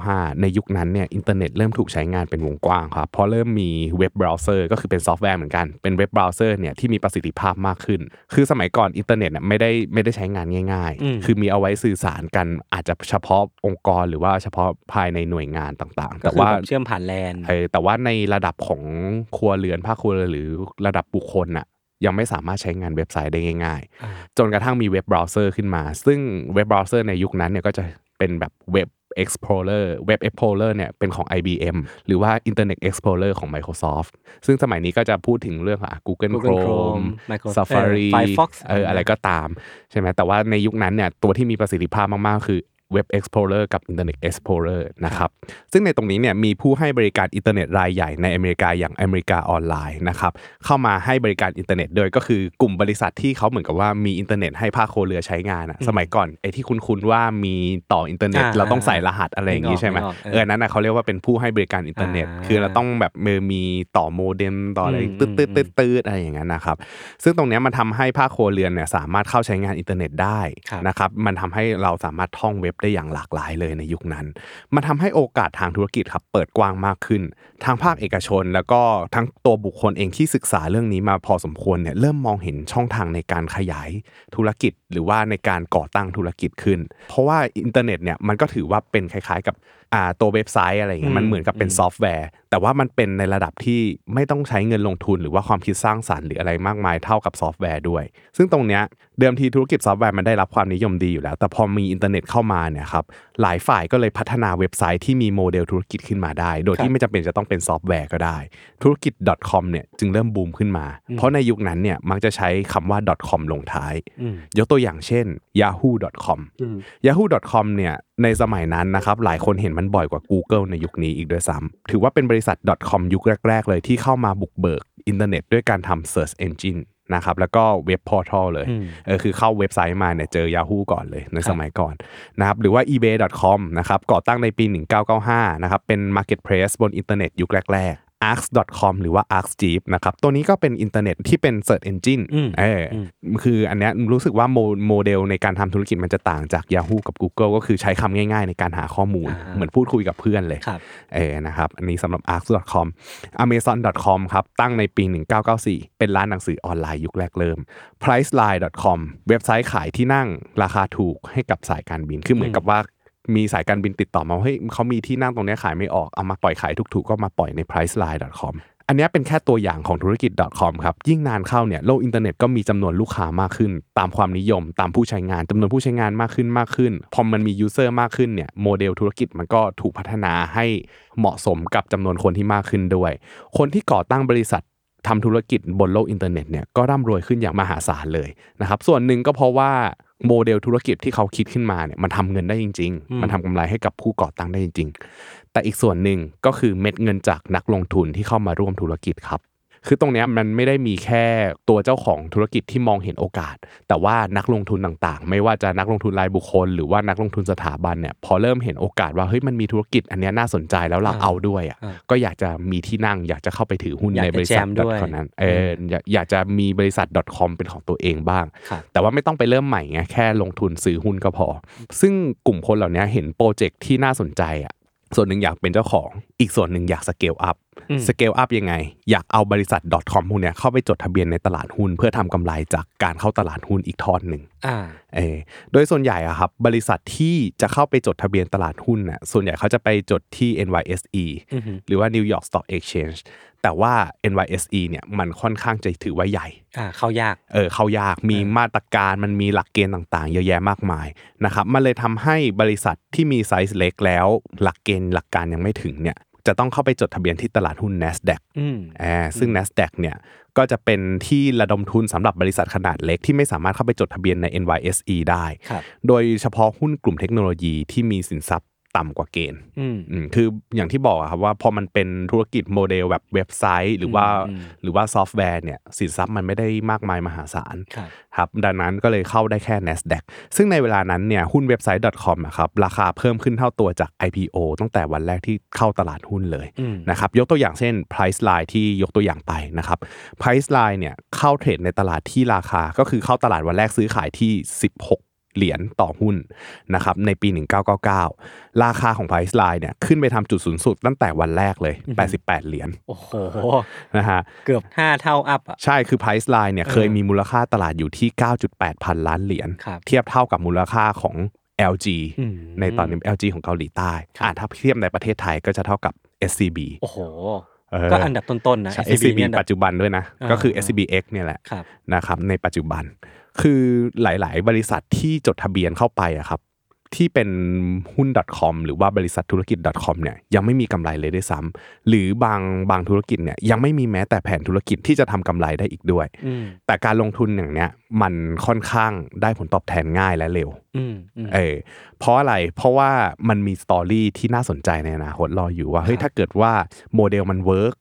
Speaker 2: 1995 ในยุคนั้นเนี่ยอินเทอร์เน็ตเริ่มถูกใช้งานเป็นวงกว้างครับเพราะเริ่มมีเว็บเบราว์เซอร์ก็คือเป็นซอฟต์แวร์เหมือนกัน เป็นเว็บเบราว์เซอร์เนี่ยที่มีประสิทธิภาพมากขึ้น คือสมัยก่อนอินเทอร์เน็ตเนี่ยไม่ได้ไม่ได้ใช้งานง่าย
Speaker 3: อืม
Speaker 2: ๆ คือมีเอาไว้สื่อสารกันอาจจะเฉพาะองค์กรหรือว่าเฉพาะภายในหน่วยงานต่างๆ
Speaker 3: ก็
Speaker 2: แต่
Speaker 3: คือ
Speaker 2: ว่า
Speaker 3: แบบเชื่อมผ่านแลน
Speaker 2: เออแต่ว่าในระดับของครัวเรือนภาคครัวเรือนหรือระดับบุคคลน่ะยังไม่สามารถใช้งานเว็บไซต์ได้ง่าย
Speaker 3: อ่า
Speaker 2: ๆ จนกระทั่งมีเว็บเบราว์เซอร์ขึ้นมา ซึ่งเว็บเบราว์เซอร์ในยุคนั้นเนี่ยก็จะเป็นแบบเว็บ Explorer เว็บ Explorer เนี่ยเป็นของ IBM หรือว่า Internet Explorer ของ Microsoft ซึ่งสมัยนี้ก็จะพูดถึงเรื่องของอ่ะ Google,
Speaker 3: Google Chrome
Speaker 2: Chrome
Speaker 3: Microsoft
Speaker 2: Safari
Speaker 3: เอ่อ Firefox
Speaker 2: เอออะไรก็ตาม ใช่ไหมแต่ว่าในยุคนั้นเนี่ยตัวที่มีประสิทธิภาพมากๆ คือ Web Explorer กับ Internet Explorer นะครับ ซึ่งในตรงนี้เนี่ยมีผู้ให้บริการอินเทอร์เน็ตรายใหญ่ในอเมริกาอย่างอเมริกาออนไลน์นะครับเข้ามาให้บริการอินเทอร์เน็ตโดวยก็คือกลุ่มบริษัทที่เขาเหมือนกับว่ามีอินเทอร์เน็ตให้ภาคโครวเรือใช้งานอะสมัยก่อนไอ้ที่คุ้นๆว่ามีต่ออินเทอร์เน็ต
Speaker 3: อ่า
Speaker 2: เราต้องใส่รหัสอะไรอย่าง
Speaker 3: นึ
Speaker 2: นี้
Speaker 3: กออก
Speaker 2: ใช่ไหม
Speaker 3: นึกออกเออ
Speaker 2: เอออนนั้นนะเขาเรียกว่าเป็นผู้ให้บริการอินเทอร์เน็ต
Speaker 3: อ่า
Speaker 2: คือเราต้องแบบเออมีต่อโมเด็มต่ออะไร
Speaker 3: อืม
Speaker 2: ตื
Speaker 3: อืมอืม
Speaker 2: ดๆตืดๆอะไรอย่างนั้นนะครับ ซึ่งตรงเนี้ยมันทำให้ภาคครัวเรือนเนี่ยสามารถเข้าใช้งานอินเทอร์เน็ตได้
Speaker 3: ครับ
Speaker 2: นะครับ มันทำให้เราสามารถท่องเว็บได้อย่างหลากหลายเลยในยุคนั้น มันทำให้โอกาสทางธุรกิจครับเปิดกว้างมากขึ้น ทางภาคเอกชน แล้วก็ทั้งตัวบุคคลเองที่ศึกษาเรื่องนี้มาพอสมควรเนี่ยเริ่มมองเห็นช่องทางในการขยายธุรกิจ หรือว่าในการก่อตั้งธุรกิจขึ้น เพราะว่าอินเทอร์เน็ตเนี่ยมันก็ถือว่าเป็นคล้ายๆกับอ่าตัวเว็บไซต์อะไรอย่างเงี้ย
Speaker 3: อืม
Speaker 2: มันเหมือนกับเป็นซอฟต์แวร์ แต่ว่ามันเป็นในระดับที่ไม่ต้องใช้เงินลงทุนหรือว่าความคิดสร้างสรรค์หรืออะไรมากมายเท่ากับซอฟต์แวร์ด้วย ซึ่งตรงเนี้ยเดิมทีธุรกิจซอฟต์แวร์มันได้รับความนิยมดีอยู่แล้ว แต่พอมีอินเทอร์เน็ตเข้ามา เนี่ยครับหลายฝ่ายก็เลยพัฒนาเว็บไซต์ที่มีโมเดลธุรกิจขึ้นมาได้ โดย
Speaker 3: ครั
Speaker 2: ที่
Speaker 3: บ
Speaker 2: ไม่จำเป็นจะต้องเป็นซอฟต์แวร์ก็ได้ ธุรกิจ .com เนี่ยจึงเริ่มบูมขึ้นมา
Speaker 3: อืม
Speaker 2: เพราะในยุคนั้นเนี่ยมักจะใช้คำว่า .com ลงท้าย
Speaker 3: อืม
Speaker 2: ยกตัวอย่างเช่น yahoo.com
Speaker 3: อืม
Speaker 2: yahoo.com เนี่ยในสมัยนั้นนะครับหลายคนเห็นมันบ่อยกว่า Google ในยุคนี้อีกด้วยซ้ำถือว่าเป็นบริษัท .com ยุคแรก ๆ เลยที่เข้ามาบุกเบิกอินเทอร์เน็ตด้วยการทำ Search Engine นะครับแล้วก็เว็บพอร์ทัลเลย
Speaker 3: อืม
Speaker 2: เออคือเข้าเว็บไซต์มาเนี่ยเจอ Yahoo ก่อนเลยในสมัยก่อนนะครับหรือว่า ebay.com นะครับก่อตั้งในปี 1995นะครับเป็น Marketplace บนอินเทอร์เน็ตยุคแรก ๆ arcs.com หรือว่า arcjeep นะครับตัวนี้ก็เป็นอินเทอร์เน็ตที่เป็น Search Engine
Speaker 3: อืม
Speaker 2: เอออ
Speaker 3: ม
Speaker 2: คืออันเนี้ยรู้สึกว่าโมโมเดลในการทำธุรกิจมันจะต่างจาก Yahoo กับ Google ก็คือใช้คำง่ายๆในการหาข้อมูล
Speaker 3: อ่า
Speaker 2: เหมือนพูดคุยกับเพื่อนเลย
Speaker 3: ครับ
Speaker 2: เออนะครับอันนี้สำหรับ arcs.com amazon.com ครับตั้งในปี 1994 เป็นร้านหนังสือออนไลน์ยุคแรกเริ่ม priceline.com เว็บไซต์ขายที่นั่งราคาถูกให้กับสายการบินคือเหมือนกับว่ามีสายการบินติดต่อมาว่าเฮ้ยเขามีที่นั่งตรงเนี้ยขายไม่ออกเอามาปล่อยขายถูกๆก็มาปล่อยใน priceline.com อันเนี้ยเป็นแค่ตัวอย่างของธุรกิจ .com ครับ ยิ่งนานเข้าเนี่ยโลกอินเทอร์เน็ตก็มีจำนวนลูกค้ามากขึ้น ตามความนิยม ตามผู้ใช้งานจำนวนผู้ใช้งานมากขึ้นมากขึ้น พอมันมียูเซอร์มากขึ้นเนี่ยโมเดลธุรกิจมันก็ถูกพัฒนาให้เหมาะสมกับจำนวนคนที่มากขึ้นด้วย คนที่ก่อตั้งบริษัททำธุรกิจบนโลกอินเทอร์เน็ตเนี่ยก็ร่ำรวยขึ้นอย่างมหาศาลเลยนะครับส่วนหนึ่งก็เพราะว่าโมเดลธุรกิจที่เขาคิดขึ้นมาเนี่ยมันทำเงินได้จริง
Speaker 3: อืม
Speaker 2: ๆ มันทำกำไรให้กับผู้ก่อตั้งได้จริง ๆ แต่อีกส่วนหนึ่งก็คือเม็ดเงินจากนักลงทุนที่เข้ามาร่วมธุรกิจครับ คือตรงเนี้ยมันไม่ได้มีแค่ตัวเจ้าของธุรกิจที่มองเห็นโอกาส แต่ว่านักลงทุนต่างๆ ไม่ว่าจะนักลงทุนรายบุคคล หรือว่านักลงทุนสถาบันเนี่ยพอเริ่มเห็นโอกาสว่าเฮ้ยมันมีธุรกิจอันเนี้ยน่าสนใจแล้วเรา
Speaker 3: อ่า
Speaker 2: เอาด้วยอ่ะ
Speaker 3: อ่า
Speaker 2: ก็อยากจะมีที่นั่งอยากจะเข้าไปถือหุ้น
Speaker 3: อยาก
Speaker 2: ใน
Speaker 3: จะ
Speaker 2: บริษัท
Speaker 3: แจมด้วย
Speaker 2: คนนั้นเอออยากอยากจะมีบริษัท .com เป็นของตัวเองบ้าง
Speaker 3: ครับ
Speaker 2: แต่ว่าไม่ต้องไปเริ่มใหม่ไงแค่ลงทุนซื้อหุ้นก็พอ ซึ่งกลุ่มคนเหล่าเนี้ยเห็นโปรเจกต์ที่น่าสนใจอ่ะส่วนหนึ่งอยากเป็นเจ้าของ อีกส่วนหนึ่งอยากสเกลอัพ
Speaker 3: อืม
Speaker 2: สเกลอัพยังไง อยากเอาบริษัท .com พวกเนี้ยเข้าไปจดทะเบียนในตลาดหุ้น เพื่อทำกำไรจากการเข้าตลาดหุ้นอีกทอดหนึ่ง
Speaker 3: อ่า
Speaker 2: เออโดยส่วนใหญ่อะครับบริษัทที่จะเข้าไปจดทะเบียนตลาดหุ้นน่ะส่วนใหญ่เขาจะไปจดที่ NYSE
Speaker 3: อือหือ
Speaker 2: หรือว่า New York Stock Exchange แต่ว่า NYSE เนี่ยมันค่อนข้างจะถือว่าใหญ่
Speaker 3: อ่า เข้ายาก
Speaker 2: เออเข้ายากมีมาตรการมันมีหลักเกณฑ์ต่างๆ เยอะแยะมากมายนะครับมันเลยทำให้บริษัทที่มีไซส์เล็กแล้ว หลักเกณฑ์หลักการยังไม่ถึงเนี่ยจะต้องเข้าไปจดทะเบียนที่ตลาดหุ้น NASDAQ
Speaker 3: อืม
Speaker 2: อ่าซึ่ง NASDAQ เนี่ยก็จะเป็นที่ระดมทุนสำหรับบริษัทขนาดเล็กที่ไม่สามารถเข้าไปจดทะเบียนใน NYSE ได้
Speaker 3: ครับ
Speaker 2: โดยเฉพาะหุ้นกลุ่มเทคโนโลยีที่มีสินทรัพย์ต่ำกว่าเกณฑ์
Speaker 3: อืม
Speaker 2: อืมคืออย่างที่บอกอะครับว่าพอมันเป็นธุรกิจโมเดลแบบเว็บไซต์ หรือว่า
Speaker 3: อืม
Speaker 2: หรือว่าซอฟต์แวร์เนี่ยสินทรัพย์มันไม่ได้มากมายมหาศาล
Speaker 3: ครับ
Speaker 2: ครับดังนั้นก็เลยเข้าได้แค่ NASDAQ ซึ่งในเวลานั้นเนี่ยหุ้นเว็บไซต์ .com อะครับราคาเพิ่มขึ้นเท่าตัวจาก IPO ตั้งแต่วันแรกที่เข้าตลาดหุ้นเลย
Speaker 3: อืม
Speaker 2: นะครับยกตัวอย่างเช่น Priceline ที่ยกตัวอย่างไปนะครับ Priceline เนี่ยเข้าเทรดในตลาดที่ราคาก็คือเข้าตลาดวันแรกซื้อขายที่ 16 เหรียญต่อหุ้นนะครับในปี 1999 ราคาของ Priceline เนี่ยขึ้นไปทำจุดสูงสุดตั้งแต่วันแรกเลย
Speaker 3: อือฮึ
Speaker 2: 88 เหรียญ
Speaker 3: โอ้โห
Speaker 2: นะฮะ
Speaker 3: เกือบห้าเท่าอัพอ่ะ
Speaker 2: ใช่คือ Price Line เนี่ย
Speaker 3: เออ
Speaker 2: เคยมีมูลค่าตลาดอยู่ที่ 9.8 พันล้านเหรียญ
Speaker 3: ครับ
Speaker 2: เทียบเท่ากับมูลค่าของ LG
Speaker 3: อืม
Speaker 2: ในตอนนี้ LG ของเกาหลีใต้
Speaker 3: ครับ
Speaker 2: อ่าถ้าเทียบในประเทศไทยก็จะเท่ากับ SCB
Speaker 3: โอ้โห
Speaker 2: เออ
Speaker 3: ก็อันดับต้นๆนะ
Speaker 2: ใช่
Speaker 3: SCB
Speaker 2: SCB
Speaker 3: เนี่ยอันดั
Speaker 2: ปั
Speaker 3: บ
Speaker 2: จจุบันด้วยนะ
Speaker 3: อ่า
Speaker 2: ก็คือ SCBX เนี่ยแหละ
Speaker 3: ครับ
Speaker 2: นะครับในปัจจุบัน คือหลาย ๆ บริษัทที่จดทะเบียนเข้าไปอะครับที่เป็นหุ้น .com หรือว่าบริษัทธุรกิจ .com เนี่ยยังไม่มีกำไรเลยด้วยซ้ำหรือบางบางธุรกิจเนี่ยยังไม่มีแม้แต่แผนธุรกิจที่จะทำกำไรได้อีกด้วย
Speaker 3: อืม
Speaker 2: แต่การลงทุนอย่างเนี้ยมันค่อนข้างได้ผลตอบแทนง่ายและเร็ว
Speaker 3: อืมอืม
Speaker 2: เออเพราะอะไร เพราะว่ามันมีสตอรี่ที่น่าสนใจในอนาคตรออยู่ว่าเฮ้ย
Speaker 3: ครับ
Speaker 2: ถ้าเกิดว่าโมเดลมันเวิร์ก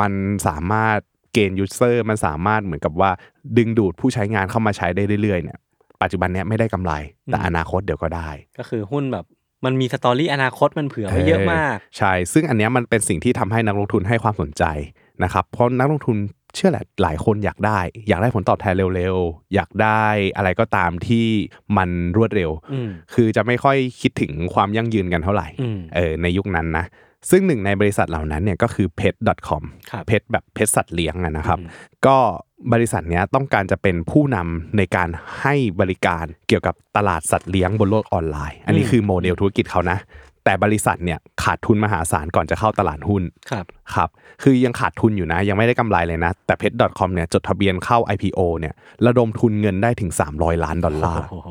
Speaker 2: มันสามารถเกณฑ์ยูเซอร์มันสามารถเหมือนกับว่า ดึงดูดผู้ใช้งานเข้ามาใช้ได้เรื่อยๆเนี่ยปัจจุบันเนี้ยไม่ได้กำไร แต่อนาคตเดี๋ยวก็ได้
Speaker 3: ก็คือหุ้นแบบ มันมีสตอรี่อนาคตมันเผื่อไว้เยอะมาก
Speaker 2: ใช่ ซึ่งอันเนี้ยมันเป็นสิ่งที่ทำให้นักลงทุนให้ความสนใจนะครับ เพราะนักลงทุนเชื่อแหละหลายคนอยากได้ อยากได้ผลตอบแทนเร็วๆ อยากได้อะไรก็ตามที่มันรวดเร็ว
Speaker 3: อืม
Speaker 2: คือจะไม่ค่อยคิดถึงความยั่งยืนกันเท่าไหร่
Speaker 3: อืม
Speaker 2: เออในยุคนั้นนะ ซึ่งหนึ่งในบริษัทเหล่านั้นเนี่ยก็คือ pet.com
Speaker 3: ครับ
Speaker 2: เพชรแบบเพชรสัตว์เลี้ยงอะนะครับ
Speaker 3: อืม
Speaker 2: ก็บริษัทเนี้ยต้องการจะเป็นผู้นำในการให้บริการเกี่ยวกับตลาดสัตว์เลี้ยงบนโลกออนไลน์ อันนี้คือโมเดลธุรกิจเขานะ แต่บริษัทเนี่ยขาดทุนมหาศาลก่อนจะเข้าตลาดหุ้น
Speaker 3: ครับ
Speaker 2: ครับ คือยังขาดทุนอยู่นะ ยังไม่ได้กำไรเลยนะ แต่เพชร .com เนี่ยจดทะเบียนเข้า IPO เนี่ยระดมทุนเงินได้ถึง 300 ล้านดอลลาร์
Speaker 3: โอ้โห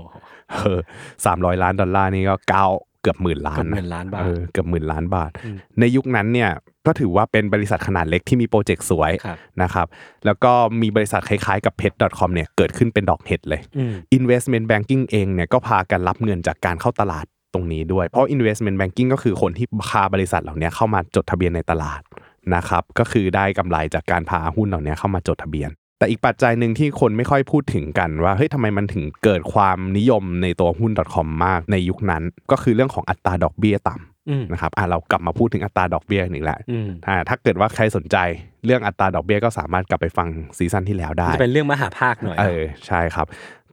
Speaker 2: เออสามร้อยล้านดอลลาร์นี่ก็เก้าเกือบหมื่นล้าน
Speaker 3: เกือบหมื่นล้านบาท
Speaker 2: เออเกือบหมื่นล้านบาท
Speaker 3: อืม
Speaker 2: ในยุคนั้นเนี่ยก็ถือว่าเป็นบริษัทขนาดเล็กที่มีโปรเจกต์สวย
Speaker 3: ครับ
Speaker 2: นะครับแล้วก็มีบริษัทคล้ายๆกับเพชร .com เนี่ยเกิดขึ้นเป็นดอกเห็ดเลย
Speaker 3: อืม
Speaker 2: Investment Banking เองเนี่ยก็พากันรับเงินจากการเข้าตลาดตรงนี้ด้วย เพราะ Investment Banking ก็คือคนที่พาบริษัทเหล่านี้เข้ามาจดทะเบียนในตลาดนะครับก็คือได้กำไรจากการพาหุ้นเหล่านี้เข้ามาจดทะเบียน แต่อีกปัจจัยหนึ่งที่คนไม่ค่อยพูดถึงกันว่าเฮ้ยทำไมมันถึงเกิดความนิยมในตัวหุ้น .com มากในยุคนั้น ก็คือเรื่องของอัตราดอกเบี้ยต่
Speaker 3: อืม
Speaker 2: ำนะครับอ่ะเรากลับมาพูดถึงอัตราดอกเบี้ยอีกแล้ว
Speaker 3: อืม
Speaker 2: อ่าถ้าเกิดว่าใครสนใจเรื่องอัตราดอกเบี้ยก็สามารถกลับไปฟังซีซั่นที่แล้วได้
Speaker 3: จะเป็นเรื่องมหาภาคหน่อย
Speaker 2: เออใช่ครับ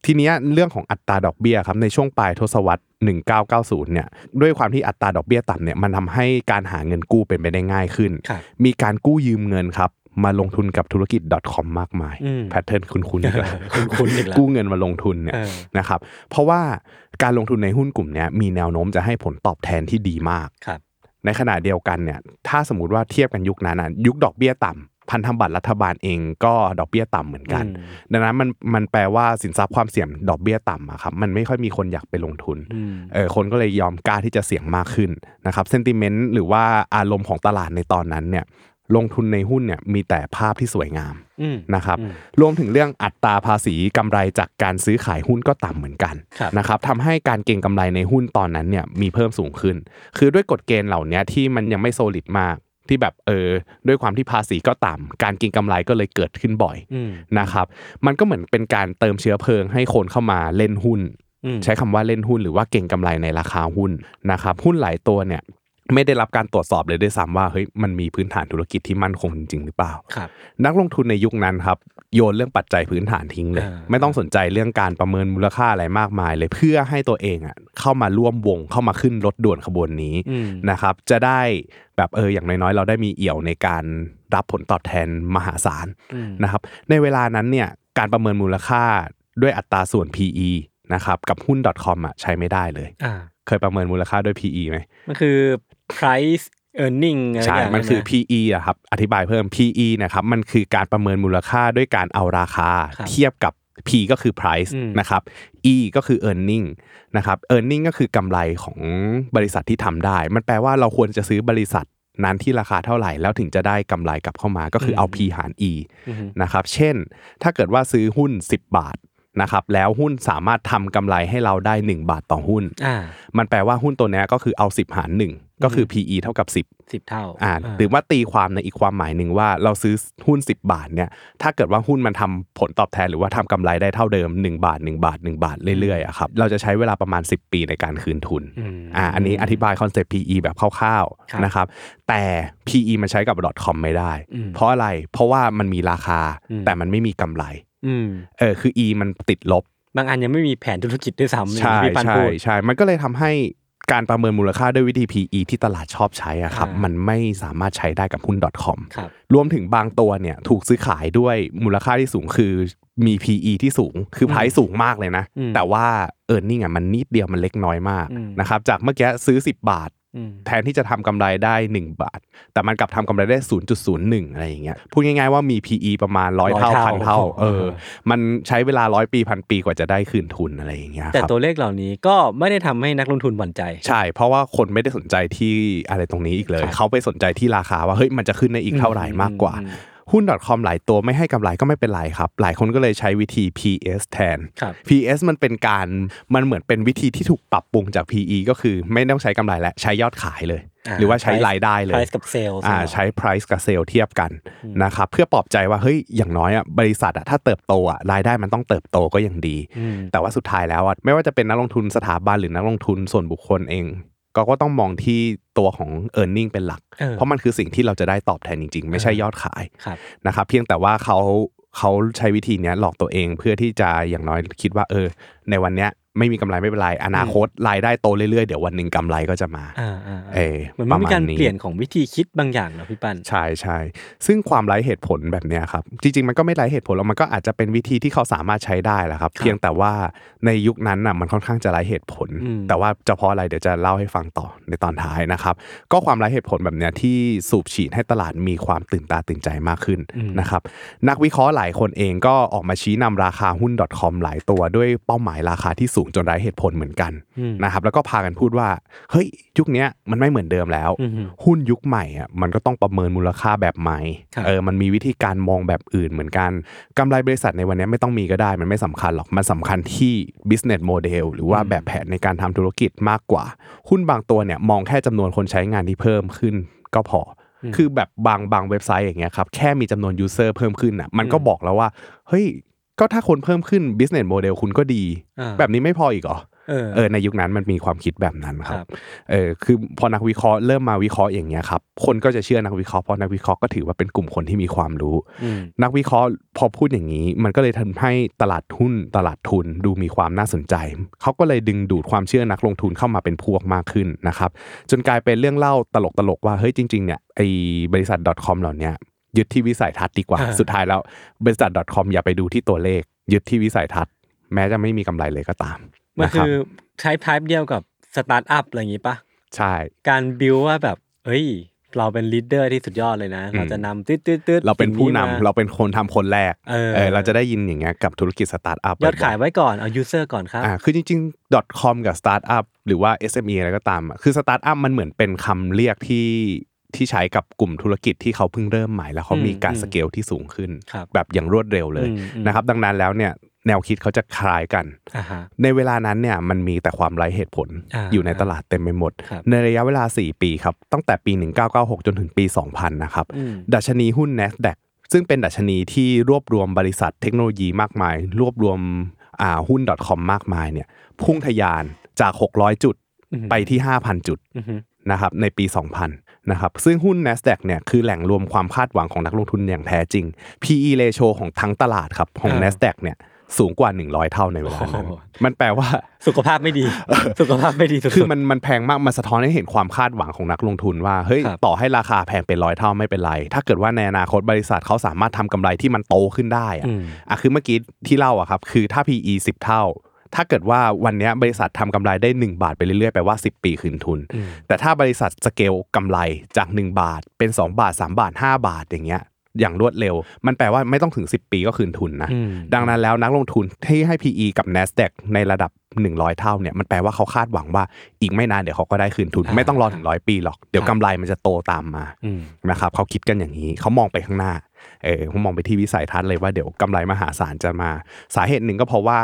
Speaker 2: ทีเนี้ยเรื่องของอัตราดอกเบี้ยครับในช่วงปลายทศวรรษ 1990 เนี่ยด้วยความที่อัตราดอกเบี้ยต่ำเนี่ยมันทำให้การหาเงินกู้เป็นไปได้ง่ายขึ้น
Speaker 3: ครับ
Speaker 2: มีการกู้ยืมเงินครับ มาลงทุนกับธุรกิจ .com มากมาย
Speaker 3: อืม
Speaker 2: แพทเทิร์นคุ้นๆอีกแล้ว
Speaker 3: คุ้นๆอีกแล้ว
Speaker 2: กู้เงินมาลงทุนเนี่ย
Speaker 3: เออ
Speaker 2: นะครับเพราะว่าการลงทุนในหุ้นกลุ่มเนี้ยมีแนวโน้มจะให้ผลตอบแทนที่ดีมาก
Speaker 3: ครับ
Speaker 2: ในขณะเดียวกันเนี่ยถ้าสมมติว่าเทียบกันยุคนั้นน่ะยุคดอกเบี้ยต่ำพันธบัตรรัฐบาลเองก็ดอกเบี้ยต่ำเหมือนกัน
Speaker 3: อืม
Speaker 2: ดังนั้นมันมันแปลว่าสินทรัพย์ความเสี่ยงดอกเบี้ยต่ำอะครับมันไม่ค่อยมีคนอยากไปลงทุน
Speaker 3: อืม
Speaker 2: เออคนก็เลยยอมกล้าที่จะเสี่ยงมากขึ้นนะครับเซนติเมนต์หรือว่าอารมณ์ของตลาดในตอนนั้นเนี่ยลงทุนในหุ้นเนี่ยมีแต่ภาพที่สวยงาม
Speaker 3: อืม
Speaker 2: นะครับ
Speaker 3: อืม
Speaker 2: รวมถึงเรื่องอัตราภาษีกำไรจากการซื้อขายหุ้นก็ต่ำเหมือนกัน
Speaker 3: ครับ
Speaker 2: นะครับทำให้การเก็งกำไรในหุ้นตอนนั้นเนี่ยมีเพิ่มสูงขึ้น คือด้วยกฎเกณฑ์เหล่านี้ที่มันยังไม่โซลิดมากที่แบบเออด้วยความที่ภาษีก็ต่ำการเก็งกำไรก็เลยเกิดขึ้นบ่อย
Speaker 3: อืม
Speaker 2: นะครับมันก็เหมือนเป็นการเติมเชื้อเพลิงให้คนเข้ามาเล่นหุ้น
Speaker 3: อืม
Speaker 2: ใช้คำว่าเล่นหุ้นหรือว่าเก่งกำไรในราคาหุ้นนะครับหุ้นหลายตัวเนี่ยไม่ได้รับการตรวจสอบเลยด้วยซ้ำว่าเฮ้ยมันมีพื้นฐานธุรกิจที่มั่นคงจริงๆหรือเปล่า
Speaker 3: ครับ
Speaker 2: นักลงทุนในยุคนั้นครับโยนเรื่องปัจจัยพื้นฐานทิ้งเลย
Speaker 3: อ่า
Speaker 2: ไม่ต้องสนใจเรื่องการประเมินมูลค่าอะไรมากมายเลยเพื่อให้ตัวเองอ่ะเข้ามาร่วมวงเข้ามาขึ้นรถด่วนขบวนนี้
Speaker 3: อืม
Speaker 2: นะครับจะได้แบบเอออย่างน้อยๆ เราได้มีเอี่ยวในการรับผลตอบแทนมหาศาล
Speaker 3: อืม
Speaker 2: นะครับในเวลานั้นเนี่ยการประเมินมูลค่าด้วยอัตราส่วน PE นะครับกับหุ้น .com อ่ะใช้ไม่ได้เลย
Speaker 3: อ่า
Speaker 2: เคยประเมินมูลค่าด้วย PE ไหม
Speaker 3: มันคือ price earning อะไรอ
Speaker 2: ใช่
Speaker 3: ย่าง
Speaker 2: มันคือ
Speaker 3: ะ
Speaker 2: PE อะครับอธิบายเพิ่ม PE นะครับมันคือการประเมินมูลค่าด้วยการเอาราคา
Speaker 3: ครับ
Speaker 2: เทียบกับ P ก็คือ price
Speaker 3: อืม
Speaker 2: นะครับ E ก็คือ earning นะครับ earning ก็คือกำไรของบริษัทที่ทำได้ มันแปลว่าเราควรจะซื้อบริษัทนั้นที่ราคาเท่าไหร่ แล้วถึงจะได้กำไรกลับเข้ามาก็คือเอา P หาร E
Speaker 3: อืม
Speaker 2: นะครับ เช่น ถ้าเกิดว่าซื้อหุ้น 10 บาทนะครับแล้วหุ้นสามารถทำกำไรให้เราได้ 1 บาทต่อหุ้น
Speaker 3: อ่า
Speaker 2: มันแปลว่าหุ้นตัวเนี้ยก็คือเอา 10 หาร 1 ก็คือ PE เท่ากับ 10
Speaker 3: สิบเท่า
Speaker 2: อ่าหรือว่าตีความในอีกความหมายหนึ่งว่าเราซื้อหุ้น 10 บาทเนี่ยถ้าเกิดว่าหุ้นมันทำผลตอบแทนหรือว่าทำกำไรได้เท่าเดิม 1 บาท 1 บาท 1 บาทเรื่อยๆอะครับเราจะใช้เวลาประมาณ 10 ปีในการคืนทุน
Speaker 3: ม
Speaker 2: อ่าอันนี้อธิบายคอนเซปต์ PE แบบคร่าว
Speaker 3: ครับ
Speaker 2: ๆนะครับแต่ PE มันใช้กับ .com ไม่ได้
Speaker 3: อืม
Speaker 2: เพราะอะไรเพราะว่ามันมีราคา
Speaker 3: อืม
Speaker 2: แต่มันไม่มีกำไร
Speaker 3: อืม
Speaker 2: เออคือ E มันติดลบ
Speaker 3: บางอันยังไม่มีแผนธุรกิจด้วยซ้ำ
Speaker 2: ใช่
Speaker 3: อย่างที่พี่ปัน
Speaker 2: ใช่
Speaker 3: พูด
Speaker 2: ใช่ มันก็เลยทำให้การประเมินมูลค่าด้วยวิธี PE ที่ตลาดชอบใช้อะครับ
Speaker 3: อ่ามั
Speaker 2: มันไม่สามารถใช้ได้กับหุ้น .com
Speaker 3: ครับ
Speaker 2: รวมถึงบางตัวเนี่ยถูกซื้อขายด้วยมูลค่าที่สูงคือมี PE ที่สูงคือ price สูงมากเลยนะ
Speaker 3: อืม
Speaker 2: แต่ว่า e a r n i n g อ่ะมันนิดเดียวมันเล็กน้อยมาก
Speaker 3: อืม
Speaker 2: นะครับจากเมื่อกี้ซื้อ 10 บาท
Speaker 3: อืม
Speaker 2: แทนที่จะทำกำไรได้ 1 บาท แต่มันกลับทำกำไรได้ 0.01 อะไรอย่างเงี้ยพูดง่ายๆว่ามี PE ประมาณร้อย
Speaker 3: 100
Speaker 2: เท่าพัน
Speaker 3: เท่า
Speaker 2: เท่า เอ
Speaker 3: เอ
Speaker 2: อ
Speaker 3: อ
Speaker 2: มันใช้เวลาร้อยปีพันปีกว่าจะได้คืนทุนอะไรอย่างเงี้ย
Speaker 3: แต่
Speaker 2: ครับ
Speaker 3: ตัวเลขเหล่านี้ก็ไม่ได้ทำให้นักลงทุนหวั่นใจ
Speaker 2: ใช่ เพราะว่าคนไม่ได้สนใจที่อะไรตรงนี้อีกเลย
Speaker 3: ครับ
Speaker 2: เขาไปสนใจที่ราคาว่าเฮ้ยมันจะขึ้นได้อีกเท่าไหร่มากกว่า
Speaker 3: อืม
Speaker 2: หุ้น .com หลายตัวไม่ให้กำไรก็ไม่เป็นไรครับ หลายคนก็เลยใช้วิธี PS แทน
Speaker 3: ครับ
Speaker 2: PS มันเป็นการมันเหมือนเป็นวิธีที่ถูกปรับปรุงจาก PE ก็คือไม่ต้องใช้กำไรและใช้ยอดขายเลย
Speaker 3: า
Speaker 2: หรือว่าใช้รายได้เลย
Speaker 3: price กับ sales
Speaker 2: อ่าใช้ price กับ sale เทียบกันนะครับเพื่อปลอบใจว่าเฮ้ยอย่างน้อยอ่ะบริษัทอ่ะถ้าเติบโตอ่ะรายได้มันต้องเติบโตก็ยังดี
Speaker 3: อืม
Speaker 2: แต่ว่าสุดท้ายแล้วอ่ะไม่ว่าจะเป็นนักลงทุนสถาบันหรือนักลงทุนส่วนบุคคลเอง ก็ก็ต้องมองที่ตัวของ e a r n i n g เป็นหลัก
Speaker 3: เออ
Speaker 2: เพราะมันคือสิ่งที่เราจะได้ตอบแทนจริง ๆ ไม่ใช่ยอดขาย
Speaker 3: ครับ
Speaker 2: นะครับเพียงแต่ว่าเขาเขาใช้วิธีเนี้ยหลอกตัวเองเพื่อที่จะอย่างน้อยคิดว่าเออ ในวันเนี้ย ไม่มีกำไรไม่เป็นไรอนาคตรายได้โตเรื่อยๆ เดี๋ยววันหนึ่งกำไรก็จะมา
Speaker 3: อ่าอ่าอ่า
Speaker 2: เออ
Speaker 3: เหมือนมันมีการ
Speaker 2: ะณ
Speaker 3: เปลี่ยนของวิธีคิดบางอย่างเหรอพี่ปัน
Speaker 2: ใช่ใช่ซึ่งความไร้เหตุผลแบบเนี้ยครับ จริง ๆ มันก็ไม่ไร้เหตุผลหรอกมันก็อาจจะเป็นวิธีที่เขาสามารถใช้ได้แหละครับ
Speaker 3: ครับ
Speaker 2: เพียงแต่ว่าในยุคนั้นน่ะมันค่อนข้างจะไร้เหตุผล
Speaker 3: อืม
Speaker 2: แต่ว่าจะเพราะอะไรเดี๋ยวจะเล่าให้ฟังต่อในตอนท้ายนะครับ ก็ความไร้เหตุผลแบบเนี้ยที่สูบฉีดให้ตลาดมีความตื่นตาตื่นใจมากขึ้นนะครับ นักวิเคราะห์หลายคนเองก็ออกมาชี้นำราคาหุ้น .com หลายตัวด้วยเป้าหมายราคาที่สูงจนไร้เหตุผลเหมือนกัน
Speaker 3: อืม
Speaker 2: นะครับ แล้วก็พากันพูดว่าเฮ้ยยุคเนี้ยมันไม่เหมือนเดิมแล้ว
Speaker 3: อืมอืม
Speaker 2: หุ้นยุคใหม่อ่ะมันก็ต้องประเมินมูลค่าแบบใหม่
Speaker 3: ครับ
Speaker 2: เออมันมีวิธีการมองแบบอื่นเหมือนกันกำไรบริษัทในวันนี้ไม่ต้องมีก็ได้ มันไม่สำคัญหรอก มันสำคัญที่ business model หรือว่าแบบแผนในการทำธุรกิจมากกว่า หุ้นบางตัวเนี่ยมองแค่จำนวนคนใช้งานที่เพิ่มขึ้นก็พออคือแบบบางบางเว็บไซต์อย่างเงี้ยครับแค่มีจำนวน user เพิ่มขึ้นอ่ะมันก็บอกแล้วว่าเฮ้ยก็ถ้าคนเพิ่มขึ้น business model คุณก็ดี
Speaker 3: อ่า
Speaker 2: แบบนี้ไม่พออีกเหรอ
Speaker 3: เออ
Speaker 2: เออในยุคนั้นมันมีความคิดแบบนั้นครั
Speaker 3: ครับ บ
Speaker 2: เออคือพอนักวิเคราะห์เริ่มมาวิเคราะห์อย่างเงี้ยครับคนก็จะเชื่อนักวิเคราะห์เพราะนักวิเคราะห์ก็ถือว่าเป็นกลุ่มคนที่มีความรู้
Speaker 3: ม
Speaker 2: นักวิเคราะห์พอพูดอย่างนี้ มันก็เลยทำให้ตลาดหุ้นตลาดทุนดูมีความน่าสนใจเขาก็เลยดึงดูดความเชื่อนักลงทุนเข้ามาเป็นพวกมากขึ้นนะครับจนกลายเป็นเรื่องเล่าตลกๆว่าเฮ้ยจริงๆเนี่ยไอบริษัท .com เหล่าเนี้ยยึดที่วิสัยทัศน์ดีกว่า สุดท้ายแล้วบริษัท .com อย่าไปดูที่ตัวเลข ยึดที่วิสัยทัศน์ แม้จะไม่มีกำไรเลยก็ตาม
Speaker 3: มัน
Speaker 2: นะรับ
Speaker 3: คือใช้ไทป์เดียวกับสตาร์ทอัพอะไรอย่างงี้ปะ
Speaker 2: ใช่
Speaker 3: การบิวว่าแบบ เอ้ย เราเป็นลีดเดอร์ที่สุดยอดเลยนะ
Speaker 2: อืม
Speaker 3: เราจะนำตืดตืด ตืด
Speaker 2: เราเป็นผู้นำ
Speaker 3: สิ่งม
Speaker 2: เราเป็นคนทำคนแรก
Speaker 3: เออ
Speaker 2: เออเราจะได้ยินอย่างเงี้ยกับธุรกิจสตาร์ทอัพ
Speaker 3: ยอดขายไว้ก่อน เอายูเซอร์ก่อนครับ
Speaker 2: อ่าคือจริงๆ .com กับ Startup หรือว่า SME อะไรก็ตามอะคือ Startup มันเหมือนเป็นคำเรียกที่ที่ใช้กับกลุ่มธุรกิจที่เขาเพิ่งเริ่มใหม่แล้วเขามีการ
Speaker 3: อืม
Speaker 2: สเกลที่สูงขึ้น
Speaker 3: ครับ
Speaker 2: แบบอย่างรวดเร็วเลย
Speaker 3: อืมอืม
Speaker 2: นะครับดังนั้นแล้วเนี่ยแนวคิดเขาจะคล้ายกัน
Speaker 3: อ่าฮะ
Speaker 2: ในเวลานั้นเนี่ยมันมีแต่ความไร้เหตุผล
Speaker 3: อ่า
Speaker 2: อยู่ในตลาดเต็มไปหมด
Speaker 3: ครับ
Speaker 2: ในระยะเวลา 4 ปีครับตั้งแต่ปี 1996 จนถึงปี 2000 นะครับ
Speaker 3: อืม
Speaker 2: ดัชนีหุ้น NASDAQ ซึ่งเป็นดัชนีที่รวบรวมบริษัทเทคโนโลยีมากมาย รวบรวมอ่าหุ้น .com มากมายเนี่ยพุ่งทะยานจาก 600 จุด
Speaker 3: อือหือ
Speaker 2: ไปที่ 5,000 จุด
Speaker 3: อือฮึ
Speaker 2: นะครับในปี 2000นะครับซึ่งหุ้น NASDAQ เนี่ยคือแหล่งรวมความคาดหวังของนักลงทุนอย่างแท้จริง PE ratio ของทั้งตลาดครับของ NASDAQ เนี่ยสูงกว่า 100 เท่าในเวลานั้นมันแปลว่า
Speaker 3: สุขภาพไม่ดี สุขภาพไม่ดีสุดๆ
Speaker 2: คือมันมันแพงมาก มันสะท้อนให้เห็นความคาดหวังของนักลงทุนว่า เฮ้ย
Speaker 3: ครับ
Speaker 2: ต่อให้ราคาแพงเป็นร้อยเท่าไม่เป็นไร ถ้าเกิดว่าในอนาคตบริษัทเขาสามารถทำกำไรที่มันโตขึ้นได้อะ
Speaker 3: อืม
Speaker 2: อ่ะคือเมื่อกี้ที่เล่าอะครับ คือถ้า PE 10 เท่า ถ้าเกิดว่าวันเนี้ยบริษัททำกำไรได้ 1 บาทไปเรื่อยๆแปลว่า 10 ปีคืนทุน แต่ถ้าบริษัทสเกลกำไรจาก 1 บาทเป็น 2 บาท 3 บาท 5 บาทอย่างเงี้ยอย่างรวดเร็ว มันแปลว่าไม่ต้องถึง 10 ปีก็คืนทุนนะ
Speaker 3: อืม
Speaker 2: ดังนั้นแล้วนักลงทุนที่ให้ PE กับ NASDAQ ในระดับ 100 เท่าเนี่ยมันแปลว่าเขาคาดหวังว่าอีกไม่นานเดี๋ยวเขาก็ได้คืนทุน
Speaker 3: อ่า
Speaker 2: ไม่ต้องรอถึงร้อยปีหรอก เดี๋ยวกำไรมันจะโตตามมา
Speaker 3: อืม
Speaker 2: นะครับเขาคิดกันอย่างนี้เขามองไปข้างหน้าเออเขามองไปที่วิสัยทัศน์เลยว่าเดี๋ยวกำไรมหาศาลจะมา สาเหตุหนึ่งก็เพราะว่า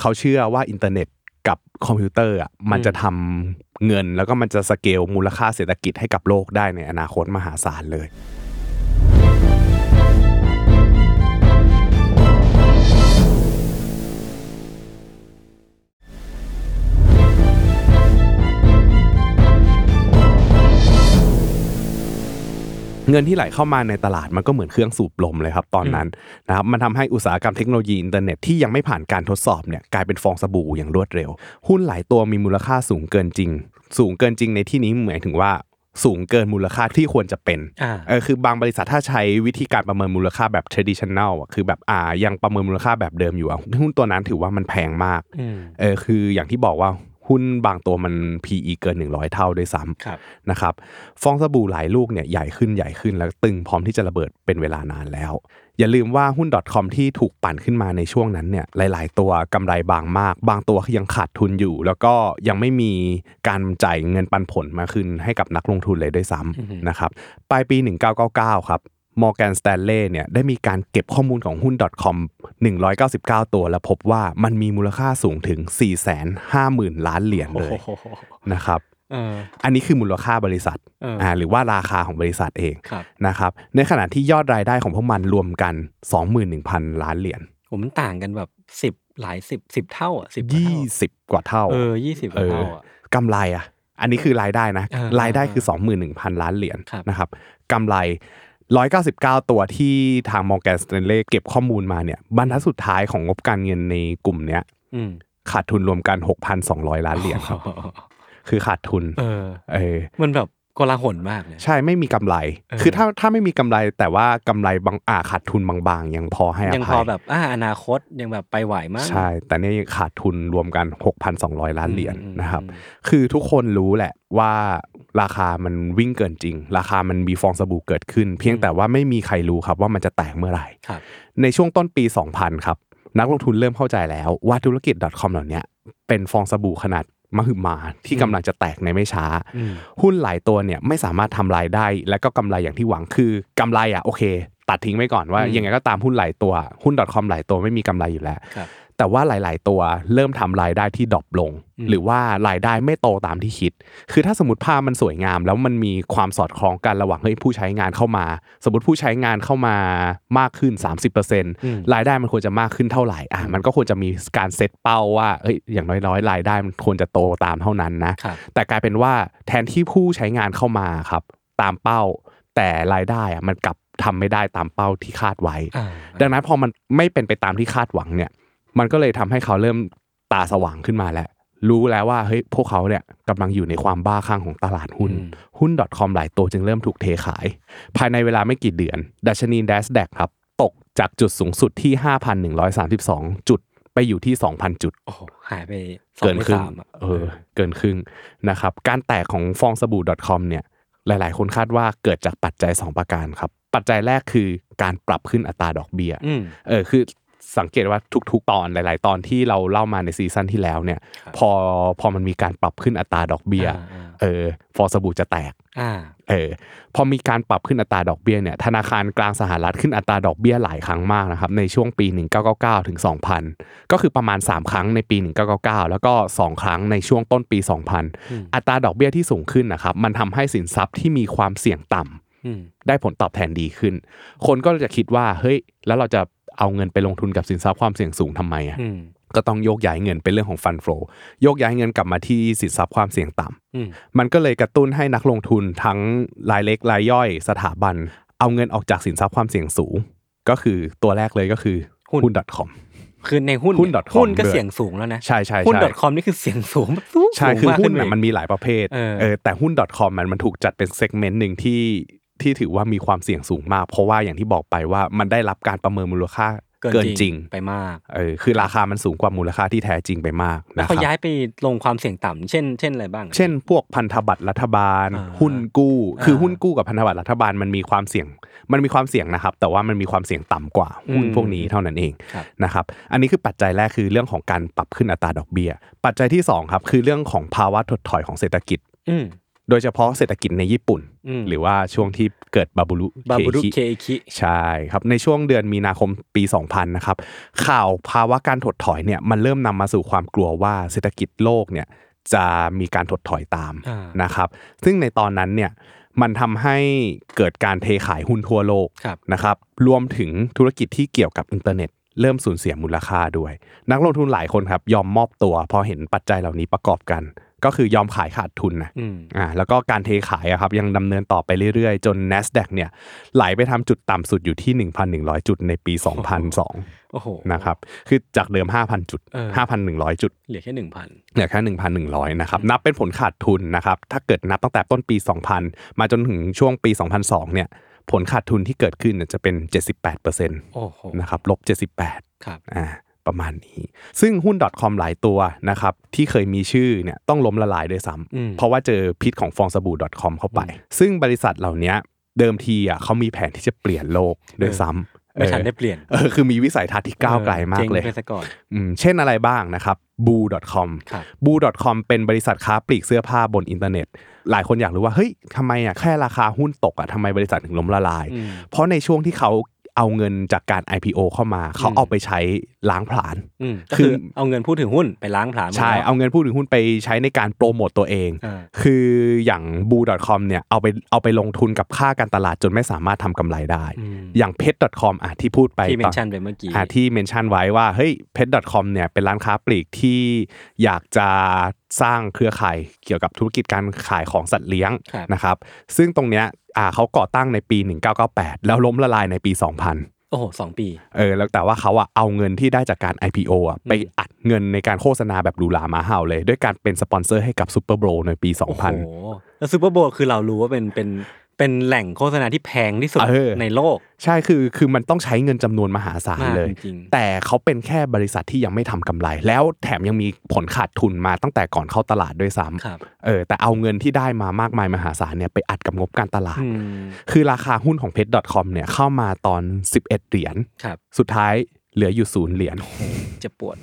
Speaker 2: เขาเชื่อว่าอินเทอร์เน็ตกับคอมพิวเตอร์อ่ะมันจะทำเงินแล้วก็มันจะสเกลมูลค่าเศรษฐกิจให้กับโลกได้ในอนาคตมหาศาลเลย เงินที่ไหลเข้ามาในตลาดมันก็เหมือนเครื่องสูบลมเลยครับตอนนั้นนะครับมันทำให้อุตสาหกรรมเทคโนโลยีอินเทอร์เน็ตที่ยังไม่ผ่านการทดสอบเนี่ยกลายเป็นฟองสบู่อย่างรวดเร็ว หุ้นหลายตัวมีมูลค่าสูงเกินจริง สูงเกินจริงในที่นี้หมายถึงว่าสูงเกินมูลค่าที่ควรจะเป็น
Speaker 3: อ่า
Speaker 2: เออคือบางบริษัทถ้าใช้วิธีการประเมินมูลค่าแบบ traditional อ่ะคือแบบอ่ายังประเมินมูลค่าแบบเดิมอยู่อ่ะหุ้นตัวนั้นถือว่ามันแพงมาก
Speaker 3: อืม
Speaker 2: เออคืออย่างที่บอกว่าหุ้นบางตัวมัน PE เกิน 100 เท่าด้วยซ้ำ
Speaker 3: ครับ
Speaker 2: นะครับฟองสบู่หลายลูกเนี่ยใหญ่ขึ้นใหญ่ขึ้นแล้วตึงพร้อมที่จะระเบิดเป็นเวลานานแล้ว อย่าลืมว่าหุ้น .com ที่ถูกปั่นขึ้นมาในช่วงนั้นเนี่ยหลาย ๆ ตัวกำไรบางมาก บางตัวยังขาดทุนอยู่ แล้วก็ยังไม่มีการจ่ายเงินปันผลมาคืนให้กับนักลงทุนเลยด้วยซ้
Speaker 3: อือฮึ
Speaker 2: ำนะครับปลายปี 1999 ครับมอร์แกนสแตนเลย์เนี่ยได้มีการเก็บข้อมูลของหุ้น .com 199 ตัว และพบว่ามันมีมูลค่าสูงถึง 450,000 ล้านเหรียญ
Speaker 3: โอ้
Speaker 2: เลย
Speaker 3: โห
Speaker 2: นะครับ
Speaker 3: เออ
Speaker 2: อันนี้คือมูลค่าบริษัท
Speaker 3: เอออ่
Speaker 2: ่าหรือว่าราคาของบริษัทเอง
Speaker 3: ครับ
Speaker 2: นะครับ ในขณะที่ยอดรายได้ของพวกมันรวมกัน 21,000 ล้านเหรียญ
Speaker 3: ผมมันต่างกันแบบสิบหลายสิบสิบเท่าอ่ะสิบ
Speaker 2: 20 กว่าเท่า
Speaker 3: เออยี่สิบ
Speaker 2: เออ
Speaker 3: เท่าอ่ะ
Speaker 2: กำไรอ่ะ อันนี้คือรายได้นะ
Speaker 3: อ่าร
Speaker 2: ายได้คือ 21,000 ล้านเหรียญ
Speaker 3: ครับ
Speaker 2: นะครับกำไร 199 ตัวที่ทางมอร์แกนส n ตนเลเก็บข้อมูลมาเนี่ยบรรทัดสุดท้ายของงบการเงินในกลุ่มเนี้ย
Speaker 3: อืม
Speaker 2: ขาดทุนรวมกัน 6,200 ล้านเหรียญครับ คือขาดทุน
Speaker 3: เออ
Speaker 2: เออ
Speaker 3: มันแบบโกลาหลมากเลย
Speaker 2: ใช่ไม่มีกำไร
Speaker 3: เออ
Speaker 2: คือถ้าถ้าไม่มีกำไรแต่ว่ากำไรบางอาขาดทุนบางๆ ยังพอให้อภัย
Speaker 3: ยังพอแบบอ่าอนาคตยังแบบไปไหวมั้ง
Speaker 2: ใช่ แต่นี่ขาดทุนรวมกัน 6,200 ล้านเหรียญ
Speaker 3: อืม
Speaker 2: นะครับ
Speaker 3: อืม
Speaker 2: คือทุกคนรู้แหละว่าราคามันวิ่งเกินจริง ราคามันมีฟองสบู่เกิดขึ้น เพียงแต่ว่าไม่มีใครรู้ครับว่ามันจะแตกเมื่อไหร่
Speaker 3: ครับ
Speaker 2: ในช่วงต้นปี 2000 ครับ นักลงทุนเริ่มเข้าใจแล้วว่าธุรกิจ .com เหล่าเนี้ยเป็นฟองสบู่ขนาดมหึมาที่กำลังจะแตกในไม่ช้า
Speaker 3: อืม
Speaker 2: หุ้นหลายตัวเนี่ยไม่สามารถทำรายได้ และก็กำไรอย่างที่หวังคือกำไรอ่ะโอเค ตัดทิ้งไว้ก่อนว่า
Speaker 3: อืม
Speaker 2: ยังไงก็ตามหุ้นหลายตัว หุ้น .com หลายตัวไม่มีกำไรอยู่แล้ว
Speaker 3: ครับ
Speaker 2: แต่ว่าหลาย ๆ ตัวเริ่มทำรายได้ที่ดรอปลง
Speaker 3: อืม
Speaker 2: หรือว่ารายได้ไม่โตตามที่คิด คือถ้าสมมติภาพมันสวยงาม แล้วมันมีความสอดคล้องกันระหว่างเฮ้ยผู้ใช้งานเข้ามา สมมติผู้ใช้งานเข้ามามากขึ้น 30%
Speaker 3: อืม
Speaker 2: รายได้มันควรจะมากขึ้นเท่าไหร่ อ่ะ มันก็ควรจะมีการเซตเป้าว่า เอ้ย อย่างน้อยๆ รายได้มันควรจะโตตามเท่านั้นนะ
Speaker 3: ครับ
Speaker 2: แต่กลายเป็นว่าแทนที่ผู้ใช้งานเข้ามาครับ ตามเป้า แต่รายได้อ่ะมันกลับทำไม่ได้ตามเป้าที่คาดไว้
Speaker 3: อ่า
Speaker 2: ดังนั้นพอมันไม่เป็นไปตามที่คาดหวังเนี่ย มันก็เลยทำให้เขาเริ่มตาสว่างขึ้นมาแล้ว รู้แล้วว่า เฮ้ย พวกเขาเนี่ยกำลังอยู่ในความบ้าคลั่งของตลาดหุ้น
Speaker 3: อืม
Speaker 2: หุ้น .com หลายตัวจึงเริ่มถูกเทขาย ภายในเวลาไม่กี่เดือน ดัชนี n ดสแดกครับ ตกจากจุดสูงสุดที่ 5,132 จุดไปอยู่ที่ 2,000 จุด
Speaker 3: โอ้โหหายไปสอง
Speaker 2: เกิน
Speaker 3: ใน
Speaker 2: ครึ่ง
Speaker 3: สามอะ
Speaker 2: เออเกินครึ่งนะครับ การแตกของฟองสบู่ .com เนี่ยหลาย ๆ คนคาดว่าเกิดจากปัจจัย 2 ประการครับ ปัจจัยแรกคือการปรับขึ้นอัตราดอกเบี้ย
Speaker 3: อืม
Speaker 2: เออคือสังเกตว่าทุกๆ ตอนหลาย ๆ ตอนที่เราเล่ามาในซีซั่นที่แล้วเนี่ย
Speaker 3: ครับ
Speaker 2: พอพอมันมีการปรับขึ้นอัตราดอกเบี้ย
Speaker 3: อ่า
Speaker 2: เออฟองสบู่จะแตก
Speaker 3: อ่า
Speaker 2: เออพอมีการปรับขึ้นอัตราดอกเบี้ยเนี่ยธนาคารกลางสหรัฐขึ้นอัตราดอกเบี้ยหลายครั้งมากนะครับในช่วงปี 1999 ถึง 2000 ก็คือประมาณ 3 ครั้งในปี 1999 แล้วก็ 2 ครั้งในช่วงต้นปี
Speaker 3: อืม
Speaker 2: 2000 อัตราดอกเบี้ยที่สูงขึ้นนะครับมันทำให้สินทรัพย์ที่มีความเสี่ยงต่ำ
Speaker 3: อืม
Speaker 2: ได้ผลตอบแทนดีขึ้น คนก็จะคิดว่าเฮ้ยแล้วเราจะเอาเงินไปลงทุนกับสินทรัพย์ความเสี่ยงสูงทำไมอะ
Speaker 3: อืม
Speaker 2: ก็ต้องโยกย้ายเงินเป็นเรื่องของฟันโฟโยกย้ายเงินกลับมาที่สินทรัพย์ความเสี่ยงต่ำ
Speaker 3: อืม
Speaker 2: มันก็เลยกระตุ้นให้นักลงทุนทั้งรายเล็กรายย่อยสถาบัน เอาเงินออกจากสินทรัพย์ความเสี่ยงสูง ก็คือตัวแรกเลยก็คือหุ้น .com
Speaker 3: คือในหุ้น
Speaker 2: หุ้น
Speaker 3: เย
Speaker 2: .com
Speaker 3: หุ้นก็
Speaker 2: ด้วย
Speaker 3: เสี่ยงสูงแล้วนะ
Speaker 2: ใช่ใช่
Speaker 3: หุ้น
Speaker 2: ใช่
Speaker 3: .com นี่คือเสี่ยงสูงแบบสูง
Speaker 2: ใช่คือ
Speaker 3: มาก
Speaker 2: หุ้น
Speaker 3: ขึ้ไป
Speaker 2: น่ะมันมีหลายประเภท
Speaker 3: เออ
Speaker 2: เออแต่หุ้น .com มันมันถูกจัดเป็นเซกเมนต์หนึ่งที่ที่ถือว่ามีความเสี่ยงสูงมาก เพราะว่าอย่างที่บอกไปว่ามันได้รับการประเมินมูลค่าเกินจริง
Speaker 3: ไปมาก
Speaker 2: เออคือราคามันสูงกว่ามูลค่าที่แท้จริงไปมากนะค
Speaker 3: เขา
Speaker 2: รับ
Speaker 3: ย้ายไปลงความเสี่ยงต่ำเช่น เช่นอะไรบ้างอะ
Speaker 2: เช่น พวกพันธบัตรรัฐบาล
Speaker 3: อ่า
Speaker 2: หุ้นกู้
Speaker 3: อ่า
Speaker 2: คือหุ้นกู้กับพันธบัตรรัฐบาลมันมีความเสี่ยง มันมีความเสี่ยงนะครับ แต่ว่ามันมีความเสี่ยงต่ำกว่าหุ้น
Speaker 3: อืม
Speaker 2: พวกนี้เท่านั้นเอง
Speaker 3: ครับ
Speaker 2: นะครับอันนี้คือปัจจัยแรกคือเรื่องของการปรับขึ้นอัตราดอกเบี้ย ปัจจัยที่สองครับคือเรื่องของภาวะถดถอยของเศรษฐกิจ
Speaker 3: อืม
Speaker 2: โดยเฉพาะเศรษฐกิจในญี่ปุ่น
Speaker 3: อืม
Speaker 2: หรือว่าช่วงที่เกิดบาบูรุ
Speaker 3: บาบูรุ
Speaker 2: คิ
Speaker 3: เคอิคิ
Speaker 2: ใช่ครับในช่วงเดือนมีนาคมปี 2000 นะครับข่าวภาวะการถดถอยเนี่ยมันเริ่มนำมาสู่ความกลัวว่าเศรษฐกิจโลกเนี่ยจะมีการถดถอยตาม
Speaker 3: อ่าน
Speaker 2: นะครับ ซึ่งในตอนนั้นเนี่ยมันทำให้เกิดการเทขายหุ้นทั่วโลก
Speaker 3: ครับ
Speaker 2: นะครับรวมถึงธุรกิจที่เกี่ยวกับอินเทอร์เน็ต เริ่มสูญเสียมูลค่าด้วย นักลงทุนหลายคนครับยอมมอบตัวพอเห็นปัจจัยเหล่านี้ประกอบกัน ก็คือยอมขายขาดทุนนะ
Speaker 3: อืม
Speaker 2: อ่าแล้วก็การเทขายอะครับยังดำเนินต่อไปเรื่อยๆ จน NASDAQ เนี่ยไหลไปทำจุดต่ำสุดอยู่ที่ 1,100 จุดในปี 2002
Speaker 3: โอ้โห
Speaker 2: นะครับคือจากเดิม 5,000 จุด
Speaker 3: เออ
Speaker 2: 5,100 จุด
Speaker 3: เหลือแค่หนึ่งพัน
Speaker 2: เหลือแค่ 1,100 นะครับนับเป็นผลขาดทุนนะครับถ้าเกิดนับตั้งแต่ต้นปี 2000 มาจนถึงช่วงปี 2002 เนี่ยผลขาดทุนที่เกิดขึ้นเนี่ยจะเป็น 78%น
Speaker 3: โอ้โห
Speaker 2: ะครับลบ 78
Speaker 3: ครับ
Speaker 2: อ่าประมาณนี้ ซึ่งหุ้น .com หลายตัวนะครับที่เคยมีชื่อเนี่ยต้องล้มละลายด้วยซ้
Speaker 3: อืม
Speaker 2: ำเพราะว่าเจอพิษของฟองสบู่ .com เข้าไป ซึ่งบริษัทเหล่าเนี้ยเดิมทีอ่ะเขามีแผนที่จะเปลี่ยนโลกด้วยซ้ำ
Speaker 3: ไม่ทัน
Speaker 2: เออ
Speaker 3: ได้เปลี่ยน
Speaker 2: เออคือมีวิสัยทัศน์ที่ก้าวไกลมากเลย
Speaker 3: เจ๊งไปซะก่อน
Speaker 2: อืมเช่นอะไรบ้างนะครับ boo.com
Speaker 3: ครับ
Speaker 2: บู .com เป็นบริษัทค้าปลีกเสื้อผ้าบนอินเทอร์เน็ต หลายคนอยากรู้ว่า เฮ้ยทำไมอ่ะแค่ราคาหุ้นตกอ่ะทำไมบริษัทถึงล้มละลาย
Speaker 3: อืม
Speaker 2: เพราะในช่วงที่เขาเอาเงินจากการ IPO เข้ามา เขา
Speaker 3: อืม
Speaker 2: เอาไปใช้ล้างผลาญ
Speaker 3: อืมก็คือ
Speaker 2: คือ
Speaker 3: เอาเงินผู้ถือหุ้นไปล้างผลาญหมด
Speaker 2: ใช่
Speaker 3: แล้ว
Speaker 2: เอาเงินผู้ถือหุ้นไปใช้ในการโปรโมตตัวเอง
Speaker 3: อ่า
Speaker 2: คืออย่าง boo com เนี่ยเอาไปเอาไปลงทุนกับค่าการตลาดจนไม่สามารถทำกำไรได้
Speaker 3: อืม
Speaker 2: อย่างเพชร .com อ่ะที่พูดไป
Speaker 3: ที่เม
Speaker 2: ต
Speaker 3: น
Speaker 2: อน
Speaker 3: ชั่นไปเมื่อกี้
Speaker 2: อ่าที่เมนชั่นไว้ว่าเฮ้ยเพจ .com เนี่ยเป็นร้านค้าปลีกที่อยากจะสร้างเครือข่ายเกี่ยวกับธุรกิจการขายของสัตว์เลี้ยง
Speaker 3: ครับ
Speaker 2: นะครับซึ่งตรงเนี้ยอ่าเขาก่อตั้งในปี 1998 แล้วล้มละลายในปี 2000
Speaker 3: โอ้โหสองปี
Speaker 2: เออแล้วแต่ว่าเขาอะเอาเงินที่ได้จากการ IPO อะไปอัดเงินในการโฆษณาแบบหรูหรามาเห่าเลย ด้วยการเป็นสปอนเซอร์ให้กับซูเปอร์โบในปี
Speaker 3: โอ้โห
Speaker 2: 2000
Speaker 3: แล้วซูเปอร์โบว์คือเรารู้ว่าเป็นเป็นเป็นแหล่งโฆษณาที่แพงที่สุด
Speaker 2: เออ
Speaker 3: ในโลก
Speaker 2: ใช่คือคือมันต้องใช้เงินจำนวนมหาศาล
Speaker 3: มาก
Speaker 2: เลย
Speaker 3: จริง
Speaker 2: แต่เขาเป็นแค่บริษัทที่ยังไม่ทำกำไร แล้วแถมยังมีผลขาดทุนมาตั้งแต่ก่อนเข้าตลาดด้วยซ้
Speaker 3: ๆครับ
Speaker 2: ำเออแต่เอาเงินที่ได้มามากมายมหาศาลเนี่ยไปอัดกับงบการตลาด
Speaker 3: อืม
Speaker 2: คือราคาหุ้นของ p e t c o m เนี่ยเข้ามาตอน 11 เหรียญ
Speaker 3: ครับ
Speaker 2: สุดท้ายเหลืออยู่ศูนย์เหรียญ
Speaker 3: เจ็บปวด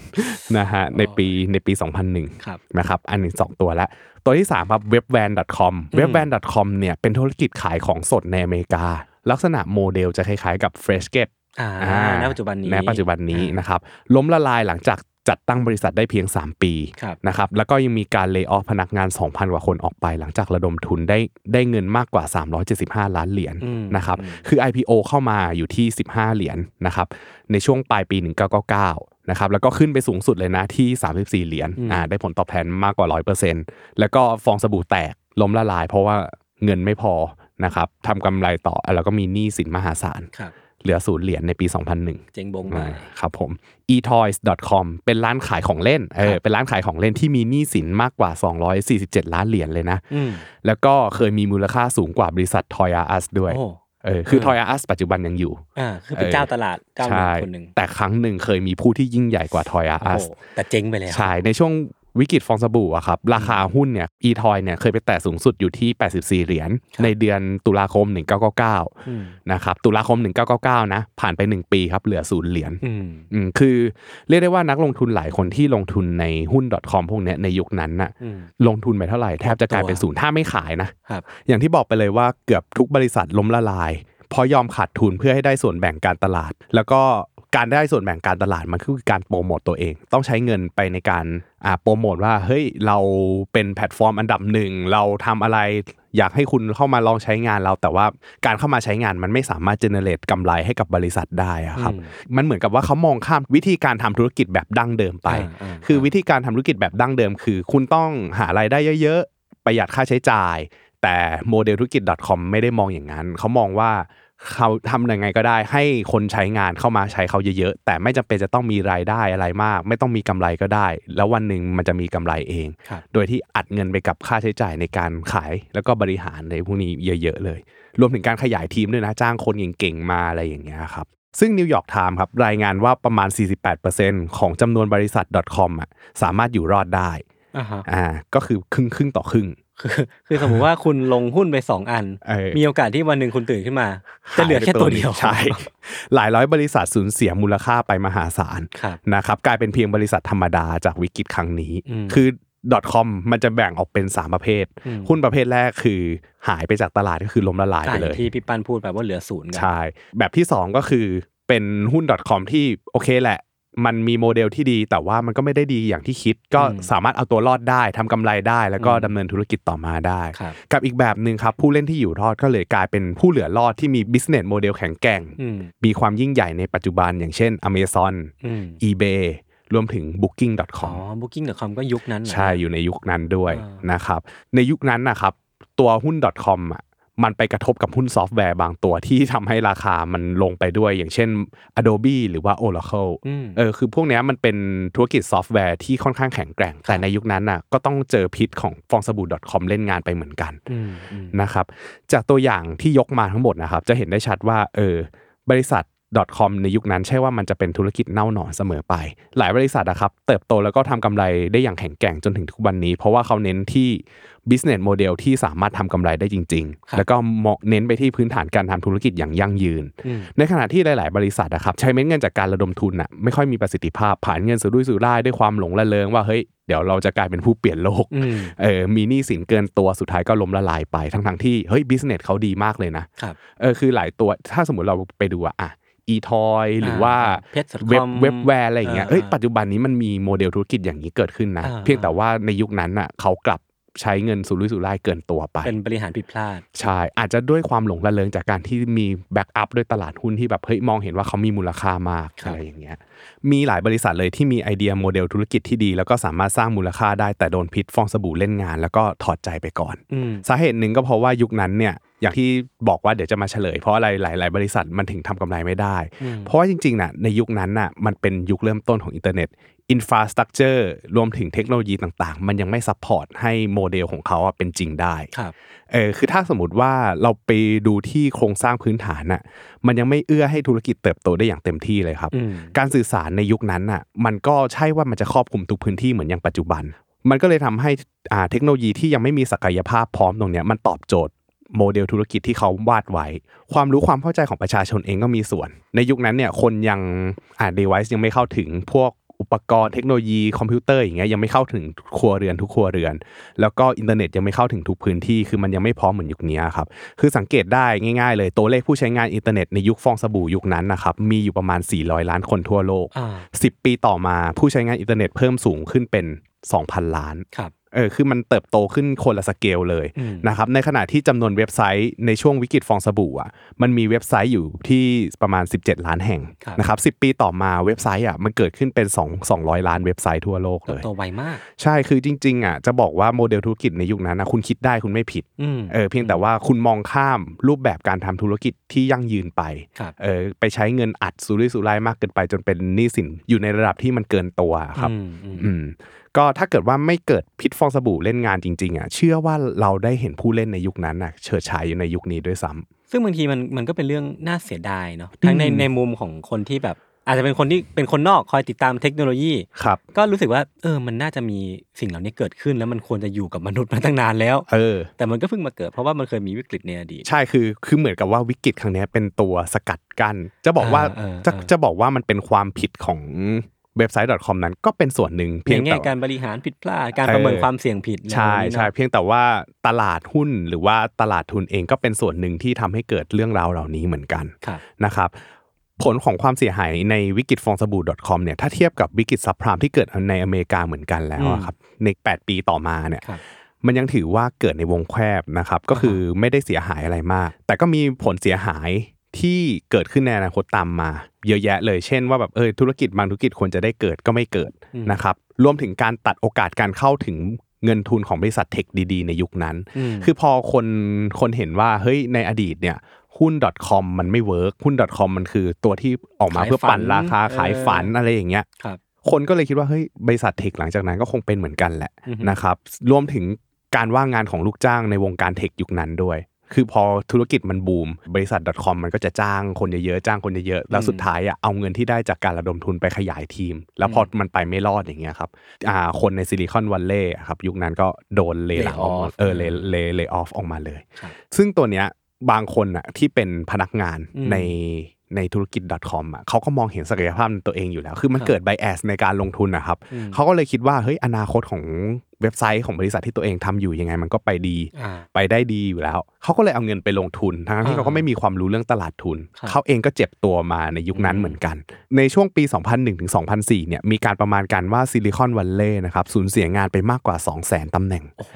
Speaker 2: นะฮะในปีในปี 2001
Speaker 3: ครับ
Speaker 2: นะครับอันนี้สองตัวละตัวที่3ครับ webvan.com webvan.com เนี่ยเป็นธุรกิจขายของสดในอเมริกา ลักษณะโมเดลจะคล้ายๆกับ Freshget
Speaker 3: อ่า
Speaker 2: อ่า
Speaker 3: ณปัจจุบันนี้
Speaker 2: ณปัจจุบันนี้นะครับล้มละลายหลังจากจัดตั้งบริษัทได้เพียง 3 ปี
Speaker 3: ครับ
Speaker 2: นะครับแล้วก็ยังมีการเลิกออฟพนักงาน 2,000 กว่าคนออกไป หลังจากระดมทุนได้ได้เงินมากกว่า 375 ล้านเหรียญ
Speaker 3: อืม
Speaker 2: นะครับ
Speaker 3: อืม
Speaker 2: คือ IPO เข้ามาอยู่ที่ 15 เหรียญนะครับในช่วงปลายปี 1999นะครับแล้วก็ขึ้นไปสูงสุดเลยนะที่ 34 เหรียญ
Speaker 3: อืม
Speaker 2: อ่าได้ผลตอบแทนมากกว่า 100%แล้วก็ฟองสบู่แตกล้มละลาย เพราะว่าเงินไม่พอนะครับทำกำไรต่อแล้วก็มีหนี้สินมหาศาล
Speaker 3: ครับ
Speaker 2: เหลือศูนย์เหรียญในปี 2001
Speaker 3: เจ๊งบงไป
Speaker 2: อ่าครับผม etoys.com เป็นร้านขายของเล่นเอ
Speaker 3: ค
Speaker 2: อ
Speaker 3: รับ
Speaker 2: เป็นร้านขายของเล่นที่มีหนี้สินมากกว่า 247 ล้านเหรียญเลยนะ
Speaker 3: อืม
Speaker 2: แล้วก็เคยมีมูลค่าสูงกว่าบริษัท Toy R Us ด้วย
Speaker 3: โอ้
Speaker 2: เออคือ Toy R Us ปัจจุบันยังอยู่
Speaker 3: อ่าคือเป็น
Speaker 2: เออ
Speaker 3: เจ้าตลาดเจ้าหนึ่ง
Speaker 2: ใช่
Speaker 3: คนหนึ่ง
Speaker 2: แต่ครั้งหนึ่งเคยมีผู้ที่ยิ่งใหญ่กว่า Toy R
Speaker 3: โอ้
Speaker 2: Us
Speaker 3: โหแต่เจ๊งไปแล้ว
Speaker 2: ใช่ในช่วงวิกฤตฟองสบู่อะครับราคาหุ้นเนี่ย etoy เนี่ยเคยไปแตะสูงสุดอยู่ที่ 84 เหรียญในเดือนตุลาคม 1999
Speaker 3: อืม
Speaker 2: นะครับตุลาคม 1999 นะ ผ่านไป 1 ปีครับเหลือศูนย์เหรียญ
Speaker 3: อืม
Speaker 2: อืมคือเรียกได้ว่านักลงทุนหลายคนที่ลงทุนในหุ้น .com พวกเนี้ยในยุคนั้นน่ะ
Speaker 3: อืม
Speaker 2: ลงทุนไปเท่าไหร่แทบจะกลายเป็นศูนย์ถ้าไม่ขายนะครับ อย่างที่บอกไปเลยว่าเกือบทุกบริษัทล้มละลายเพราะยอมขาดทุนเพื่อให้ได้ส่วนแบ่งการตลาด แล้วก็การได้ส่วนแบ่งการตลาดมันคือการโปรโมตตัวเอง ต้องใช้เงินไปในการอ่าโปรโมตว่าเฮ้ยเราเป็นแพลตฟอร์มอันดับหนึ่งเราทำอะไร อยากให้คุณเข้ามาลองใช้งานเรา แต่ว่าการเข้ามาใช้งานมันไม่สามารถเจเนเรตกำไรให้กับบริษัทได้อะครับ
Speaker 3: อืม
Speaker 2: มันเหมือนกับว่าเขามองข้ามวิธีการทำธุรกิจแบบดั้งเดิมไป
Speaker 3: อ่าา
Speaker 2: คือวิธีการทำธุรกิจแบบดั้งเดิม คือ คุณต้องหารายได้เยอะๆ ประหยัดค่าใช้จ่าย แต่โมเดลธุรกิจ .com ไม่ได้มองอย่างนั้น เขามองว่าเขาทำยังไงก็ได้ ให้คนใช้งานเข้ามาใช้เขาเยอะๆ แต่ไม่จำเป็นจะต้องมีรายได้อะไรมาก ไม่ต้องมีกำไรก็ได้ แล้ววันหนึ่งมันจะมีกำไรเอง
Speaker 3: ครับ
Speaker 2: โดยที่อัดเงินไปกับค่าใช้จ่ายในการขาย แล้วก็บริหารในพวกนี้เยอะ ๆ เลย รวมถึงการขยายทีมด้วยนะจ้างคนเก่งๆมาอะไรอย่างเงี้ยครับ ซึ่งนิวยอร์กไทม์ครับรายงานว่าประมาณ 48%ของจำนวนบริษัท .com อ่ะสามารถอยู่รอดได้
Speaker 3: อ่าฮะ
Speaker 2: อ่าก็คือครึ่งครึ่งๆต่อครึ่ง
Speaker 3: คือคือสมมุติว่าคุณลงหุ้นไปสองอัน
Speaker 2: เออ
Speaker 3: มีโอกาสที่วันหนึ่งคุณตื่นขึ้นมา จะเหลือแค่ตัวเดียว
Speaker 2: ใช่ หลายร้อยบริษัทสูญเสียมูลค่าไปมหาศาล
Speaker 3: ครับ
Speaker 2: นะครับกลายเป็นเพียงบริษัทธรรมดาจากวิกฤตครั้งนี้
Speaker 3: อืม
Speaker 2: คือ .com มันจะแบ่งออกเป็น 3 ประเภท
Speaker 3: อืม
Speaker 2: หุ้นประเภทแรกคือหายไปจากตลาดก็คือล้มละลาย
Speaker 3: กา
Speaker 2: ไป
Speaker 3: ร
Speaker 2: เลย
Speaker 3: ที่พี่ปันพูดไปว่าเหลือศูนย์กัน
Speaker 2: ใช่แบบที่ 2 ก็คือเป็นหุ้น .com ที่โอเคแหละ มันมีโมเดลที่ดี แต่ว่ามันก็ไม่ได้ดีอย่างที่คิด ก็สามารถเอาตัวรอดได้ทำกำไรได้ แล้วก็ดำเนินธุรกิจต่อมาได้
Speaker 3: ครับ
Speaker 2: กับอีกแบบหนึ่งครับผู้เล่นที่อยู่รอดก็เลยกลายเป็นผู้เหลือรอดที่มี business model แข็งแกร่ง
Speaker 3: อืม
Speaker 2: มีความยิ่งใหญ่ในปัจจุบันอย่างเช่น Amazon
Speaker 3: อืม
Speaker 2: eBay รวมถึง
Speaker 3: อ๋อ
Speaker 2: booking.com
Speaker 3: booking.com ก็ยุคนั้นนะ
Speaker 2: ใช่อยู่ในยุคนั้นด้วย
Speaker 3: อ่าน
Speaker 2: นะครับ ในยุคนั้นนะครับ ตัวหุ้น .com อ่ะมันไปกระทบกับหุ้นซอฟต์แวร์บางตัวที่ทำให้ราคามันลงไปด้วยอย่างเช่น Adobe หรือว่า Oracle
Speaker 3: อืม
Speaker 2: เออคือพวกเนี้ยมันเป็นธุรกิจซอฟต์แวร์ที่ค่อนข้างแข็งแกร่ง แต่ในยุคนั้นน่ะก็ต้องเจอพิษของฟองสบู่ .com เล่นงานไปเหมือนกัน
Speaker 3: อืมอืม
Speaker 2: นะครับจากตัวอย่างที่ยกมาทั้งหมดนะครับจะเห็นได้ชัดว่าเออบริษัท .com ในยุคนั้นใช่ว่ามันจะเป็นธุรกิจเน่าหนอนเสมอไป หลายบริษัทนะครับเติบโตแล้วก็ทำกำไรได้อย่างแข็งแกร่งจนถึงทุกวันนี้ เพราะว่าเขาเน้นที่ business model ที่สามารถทำกำไรได้จริง ๆ แล้วก็เหมาะเน้นไปที่พื้นฐานการทำธุรกิจอย่างยั่งยืน
Speaker 3: อืม
Speaker 2: ในขณะที่หลาย ๆ บริษัทนะครับใช้เม็ดเงินจากการระดมทุนน่ะไม่ค่อยมีประสิทธิภาพผ่านเงินสุรุ่ยสุร่ายด้วยความหลงระเริงว่าเฮ้ยเดี๋ยวเราจะกลายเป็นผู้เปลี่ยนโลก
Speaker 3: อืม
Speaker 2: เออมีหนี้สินเกินตัวสุดท้ายก็ล้มละลายไป ทั้งทั้งๆที่ เฮ้ยบิสเนสเขาดีมากเลยนะครับ เออคือหลายตัวถ้าสมมติเราไปดูอะอ่ะอีทอยหรือว่า
Speaker 3: เพชร
Speaker 2: เว็บเว็บแวร์อะไรอย่างเงี้ยเอ้ยปัจจุบันนี้มันมีโมเดลธุรกิจอย่างนี้เกิดขึ้นนะ
Speaker 3: อ่า
Speaker 2: เพียงแต่ว่าในยุคนั้นน่ะเขากลับใช้เงินสุรุ่ยสุร่ายเกินตัวไป
Speaker 3: เป็นบริหารผิดพลาด
Speaker 2: ใช่อาจจะด้วยความหลงระเริงจากการที่มีแบ็กอัพด้วยตลาดหุ้นที่แบบเฮ้ยมองเห็นว่าเขามีมูลค่ามาก
Speaker 3: ครับ
Speaker 2: อะไรอย่างเงี้ยมีหลายบริษัทเลยที่มีไอเดียโมเดลธุรกิจที่ดี แล้วก็สามารถสร้างมูลค่าได้แต่โดนพิษฟองสบู่เล่นงาน แล้วก็ถอดใจไปก่อน
Speaker 3: อืม
Speaker 2: สาเหตุหนึ่งก็เพราะว่ายุคนั้นเนี่ย อย่างที่บอกว่าเดี๋ยวจะมาเฉลยเพราะอะไรหลาย ๆ บริษัทมันถึงทำกำไรไม่ได้ เพราะว่าจริงๆนะในยุคนั้นน่ะมันเป็นยุคเริ่มต้นของอินเทอร์เน็ตอินฟราสตรักเจอร์รวมถึงเทคโนโลยีต่างๆ มันยังไม่ซัพพอร์ตให้โมเดลของเขาอะเป็นจริงได้
Speaker 3: ครับ
Speaker 2: เออคือถ้าสมมติว่าเราไปดูที่โครงสร้างพื้นฐานน่ะมันยังไม่เอื้อให้ธุรกิจเติบโตได้อย่างเต็มที่เลยครับ
Speaker 3: อืม
Speaker 2: การสื่อสารในยุคนั้นน่ะมันก็ใช่ว่ามันจะครอบคลุมทุกพื้นที่เหมือนอย่างปัจจุบัน มันก็เลยทำให้อ่าเทคโนโลยีที่ยังไม่มีศักยภาพพร้อมตรงเนี้ยมันตอบโจทย์โมเดลธุรกิจที่เขาวาดไว้ ความรู้ความเข้าใจของประชาชนเองก็มีส่วน ในยุคนั้นเนี่ยคนยังอ่า device ยังไม่เข้าถึงพวกอุปกรณ์เทคโนโลยีคอมพิวเตอร์อย่างเงี้ยยังไม่เข้าถึงครัวเรือนทุกครัวเรือน แล้วก็อินเทอร์เน็ตยังไม่เข้าถึงทุกพื้นที่คือมันยังไม่พร้อมเหมือนยุคนี้ครับ คือสังเกตได้ง่ายๆ เลยตัวเลขผู้ใช้งานอินเทอร์เน็ตในยุคฟองสบู่ยุคนั้นนะครับมีอยู่ประมาณ 400 ล้านคนทั่วโลก
Speaker 3: อ่า
Speaker 2: 10 ปีต่อมาผู้ใช้งานอินเทอร์เน็ตเพิ่มสูงขึ้นเป็น 2,000 ล้าน
Speaker 3: ครับ
Speaker 2: เออคือมันเติบโตขึ้นคนละสเกลเลย
Speaker 3: อืม
Speaker 2: นะครับในขณะที่จำนวนเว็บไซต์ในช่วงวิกฤตฟองสบู่อ่ะมันมีเว็บไซต์อยู่ที่ประมาณ 17 ล้านแห่ง
Speaker 3: ครับ
Speaker 2: นะครับ10 ปีต่อมาเว็บไซต์อ่ะมันเกิดขึ้นเป็น2 200 ล้านเว็บไซต์ทั่วโลก
Speaker 3: เติ
Speaker 2: เล
Speaker 3: บ
Speaker 2: ย
Speaker 3: โตไวมาก
Speaker 2: ใช่คือจริงๆอ่ะจะบอกว่าโมเดลธุรกิจในยุคนั้นนะคุณคิดได้คุณไม่ผิด
Speaker 3: อืม
Speaker 2: เออเพียงแต่ว่าคุณมองข้ามรูปแบบการทำธุรกิจที่ยั่งยืนไป
Speaker 3: ครับ
Speaker 2: เออไปใช้เงินอัดสุรุ่ยสุร่ายมากเกินไปจนเป็นหนี้สินอยู่ในระดับที่มันเกินตัวครับ
Speaker 3: อืมอืม
Speaker 2: อืมก็ถ้าเกิดว่าไม่เกิดพิษฟองสบู่เล่นงานจริงๆอ่ะเชื่อว่าเราได้เห็นผู้เล่นในยุคนั้นน่ะเฉิดฉายอยู่ในยุคนี้ด้วยซ้ำ
Speaker 3: ซึ่งบางทีมันมันก็เป็นเรื่องน่าเสียดายเนาะทั้งใน
Speaker 2: อืม
Speaker 3: ในมุมของคนที่แบบ อาจจะเป็นคนที่เป็นคนนอกคอยติดตามเทคโนโลยี
Speaker 2: ครับ
Speaker 3: ก็รู้สึกว่าเออมันน่าจะมีสิ่งเหล่านี้เกิดขึ้นแล้วมันควรจะอยู่กับมนุษย์มาตั้งนานแล้ว
Speaker 2: เออ
Speaker 3: แต่มันก็เพิ่งมาเกิดเพราะว่ามันเคยมีวิกฤตในอดีต
Speaker 2: ใช่คือคือเหมือนกับว่าวิกฤตครั้งเนี้ยเป็นตัวสกัดกั้นจะบอกว่า
Speaker 3: เออเออ
Speaker 2: จะ
Speaker 3: เออ
Speaker 2: จะบอกว่ามันเป็นความผิดของเว็บไซต์ .com นั้นก็เป็นส่วนหนึ่งเพี
Speaker 3: ใน
Speaker 2: ยง
Speaker 3: แง่
Speaker 2: แต่ว่า
Speaker 3: การบริหารผิดพลาดการประเมิน
Speaker 2: เออ
Speaker 3: ความเสี่ยงผิด
Speaker 2: ใช่
Speaker 3: อะไร
Speaker 2: ใช่
Speaker 3: แบบนี้เนอะ
Speaker 2: เพียงแต่ว่าตลาดหุ้นหรือว่าตลาดทุนเองก็เป็นส่วนหนึ่งที่ทำให้เกิดเรื่องราวเหล่านี้เหมือนกัน
Speaker 3: ครับ
Speaker 2: นะครับผลของความเสียหายในวิกฤตฟองสบู่ .com เนี่ยถ้าเทียบกับวิกฤตซับไพรามที่เกิดในอเมริกาเหมือนกันแล้วอะครับใน 8 ปีต่อมาเนี่ย
Speaker 3: ครับ
Speaker 2: มันยังถือว่าเกิดในวงแคบนะครับก็คือไม่ได้เสียหายอะไรมาก แต่ก็มีผลเสียหายที่เกิดขึ้นในอนาคตตามมา เยอะแยะเลย เช่นว่าแบบเออธุรกิจบางธุรกิจควรจะได้เกิดก็ไม่เกิด
Speaker 3: อืม
Speaker 2: นะครับรวมถึงการตัดโอกาสการเข้าถึงเงินทุนของบริษัทเทคดีๆ ในยุคนั้น
Speaker 3: ม
Speaker 2: คือพอคนคนเห็นว่าเฮ้ยในอดีตเนี่ยหุ้น .com มันไม่เวิร์กหุ้น .com มันคือตัวที่ออกมา
Speaker 3: ขาย
Speaker 2: เพื่อปั่น
Speaker 3: ฝัน
Speaker 2: ราคา
Speaker 3: เออ
Speaker 2: ขายฝันอะไรอย่างเงี้ย
Speaker 3: ครับ
Speaker 2: คนก็เลยคิดว่าเฮ้ยบริษัทเทคหลังจากนั้นก็คงเป็นเหมือนกันแหละ
Speaker 3: อือฮึ
Speaker 2: นะครับรวมถึงการว่างงานของลูกจ้างในวงการเทคยุคนั้นด้วย คือพอธุรกิจมันบูม บริษัท .com มันก็จะจ้างคนเยอะๆจ้างคนเยอะๆแล้วสุดท้ายอ่ะเอาเงินที่ได้จากการระดมทุนไปขยายทีม แล้วพอมันไปไม่รอดอย่างเงี้ยครับอ่าคนในซิลิคอนวัลเลย์ครับยุคนั้นก็โดนเล
Speaker 3: Lay
Speaker 2: ย์ออ
Speaker 3: off
Speaker 2: ฟเออเลเลเลย์ออฟออกมาเลย
Speaker 3: ครับ
Speaker 2: ซึ่งตัวเนี้ยบางคนอ่ะที่เป็นพนักงาน
Speaker 3: อืม
Speaker 2: ในในธุรกิจ .com อ่ะเขาก็มองเห็นศักยภาพในตัวเองอยู่แล้ว คือมัน
Speaker 3: ครับ
Speaker 2: เกิดไบแอสในการลงทุนนะครับ
Speaker 3: อืม
Speaker 2: เขาก็เลยคิดว่าเฮ้ยอนาคตของเว็บไซต์ของบริษัทที่ตัวเองทำอยู่ยังไงมันก็ไปดี
Speaker 3: อ่า
Speaker 2: ไปได้ดีอยู่แล้ว เขาก็เลยเอาเงินไปลงทุน ทั้งๆที่
Speaker 3: อ่า
Speaker 2: เขาก็ไม่มีความรู้เรื่องตลาดทุน
Speaker 3: ครับ
Speaker 2: เขาเองก็เจ็บตัวมาในยุคนั้น
Speaker 3: อืม
Speaker 2: เหมือนกัน ในช่วงปี 2001ถึง2004 เนี่ย มีการประมาณการว่าซิลิคอนวัลเลย์นะครับ สูญเสียงานไปมากกว่า 200,000ตำแหน่ง
Speaker 3: โอ้โห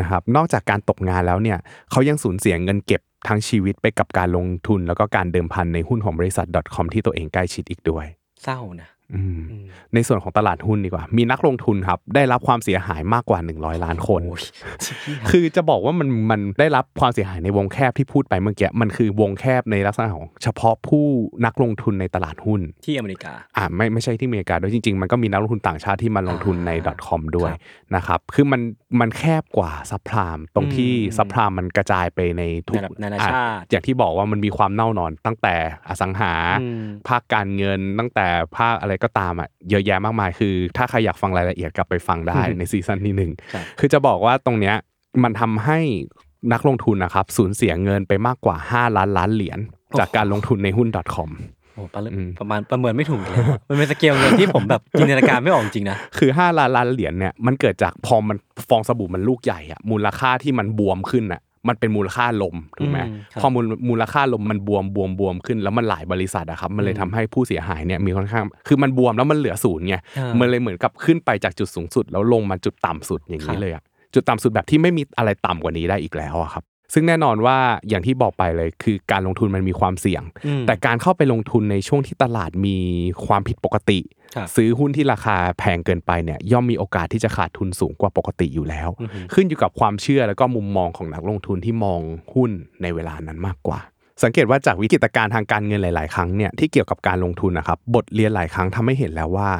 Speaker 2: นะครับ นอกจากการตกงานแล้วเนี่ย เขายังสูญเสียเงินเก็บทั้งชีวิตไปกับการลงทุน แล้วก็การเดิมพันในหุ้นของบริษัท .com ที่ตัวเองใกล้ชิดอีกด้วย
Speaker 3: เศร้านะ
Speaker 2: อืม
Speaker 3: อืม
Speaker 2: ในส่วนของตลาดหุ้นดีกว่า มีนักลงทุนครับ ได้รับความเสียหายมากกว่า 100 ล้านคน
Speaker 3: โอ้ยเชี่ย
Speaker 2: คือจะบอกว่ามันมันได้รับความเสียหายในวงแคบที่พูดไปเมื่อกี้มันคือวงแคบในลักษณะของเฉพาะผู้นักลงทุนในตลาดหุ้น
Speaker 3: ที่อเมริกา
Speaker 2: อ่าไม่ไม่ใช่ที่อเมริกาด้วยจริง ๆ มันก็มีนักลงทุนต่างชาติที่มาลงทุนใน
Speaker 3: อ่า
Speaker 2: .com ด้วยนะครับคือมันมันแคบกว่าซับพรามตรงที่
Speaker 3: อืม
Speaker 2: ซับพรามมันกระจายไปในทุก
Speaker 3: ระดับนานา
Speaker 2: อ่ะ
Speaker 3: ชาติ
Speaker 2: อย่างที่บอกว่ามันมีความเน่านอนตั้งแต่อสังหา
Speaker 3: อืม
Speaker 2: ภาคการเงินตั้งแต่ภาคอะไรก็ตามอ่ะเยอะแยะมากมาย คือ ถ้าใครอยากฟังรายละเอียดกลับไปฟังได้ ในซีซั่นที่หนึ่ง
Speaker 3: ครับ
Speaker 2: คือจะบอกว่าตรงเนี้ยมันทำให้นักลงทุนนะครับสูญเสียเงินไปมากกว่า 5 ล้านล้านเหรียญจากการลงทุนในหุ้น .com
Speaker 3: โอ้ประเมิน
Speaker 2: อืม
Speaker 3: ประมาณประเมินไม่ถูกเลยอะมันเป็นสเกลเงินที่ผมแบบจินตนาการไม่ออกจริงๆนะ
Speaker 2: คือ 5 ล้านล้านเหรียญเนี่ยมันเกิดจากพอมันฟองสบู่มันลูกใหญ่อะมูลค่าที่มันบวมขึ้นอะมันเป็นมูลค่าลมถูกไหม
Speaker 3: อืมครับ
Speaker 2: พอมูลมูลค่าลมมันบวมบวมบวมขึ้น แล้วมันหลายบริษัทอะครับมันเลย
Speaker 3: อืม
Speaker 2: ทำให้ผู้เสียหายเนี่ยมีค่อนข้างคือมันบวมแล้วมันเหลือศูนย์ไง
Speaker 3: อ่ามั
Speaker 2: มันเลยเหมือนกับขึ้นไปจากจุดสูงสุด แล้วลงมาจุดต่ำสุดอย่าง
Speaker 3: ครั
Speaker 2: นี้
Speaker 3: บ
Speaker 2: เลยอะจุดต่ำสุดแบบที่ไม่มีอะไรต่ำกว่านี้ได้อีกแล้วอะครับ ซึ่งแน่นอนว่าอย่างที่บอกไปเลยคือการลงทุนมันมีความเสี่ยง
Speaker 3: อืม
Speaker 2: แต่การเข้าไปลงทุนในช่วงที่ตลาดมีความผิดปกติ
Speaker 3: ครับ
Speaker 2: ซื้อหุ้นที่ราคาแพงเกินไปเนี่ยย่อมมีโอกาสที่จะขาดทุนสูงกว่าปกติอยู่แล้ว ขึ้นอยู่กับความเชื่อแล้วก็มุมมองของนักลงทุนที่มองหุ้นในเวลานั้นมากกว่า สังเกตว่าจากวิกฤตการณ์ทางการเงินหลาย ๆ ครั้งเนี่ยที่เกี่ยวกับการลงทุนนะครับบทเรียนหลายครั้งทำให้เห็นแล้วว่า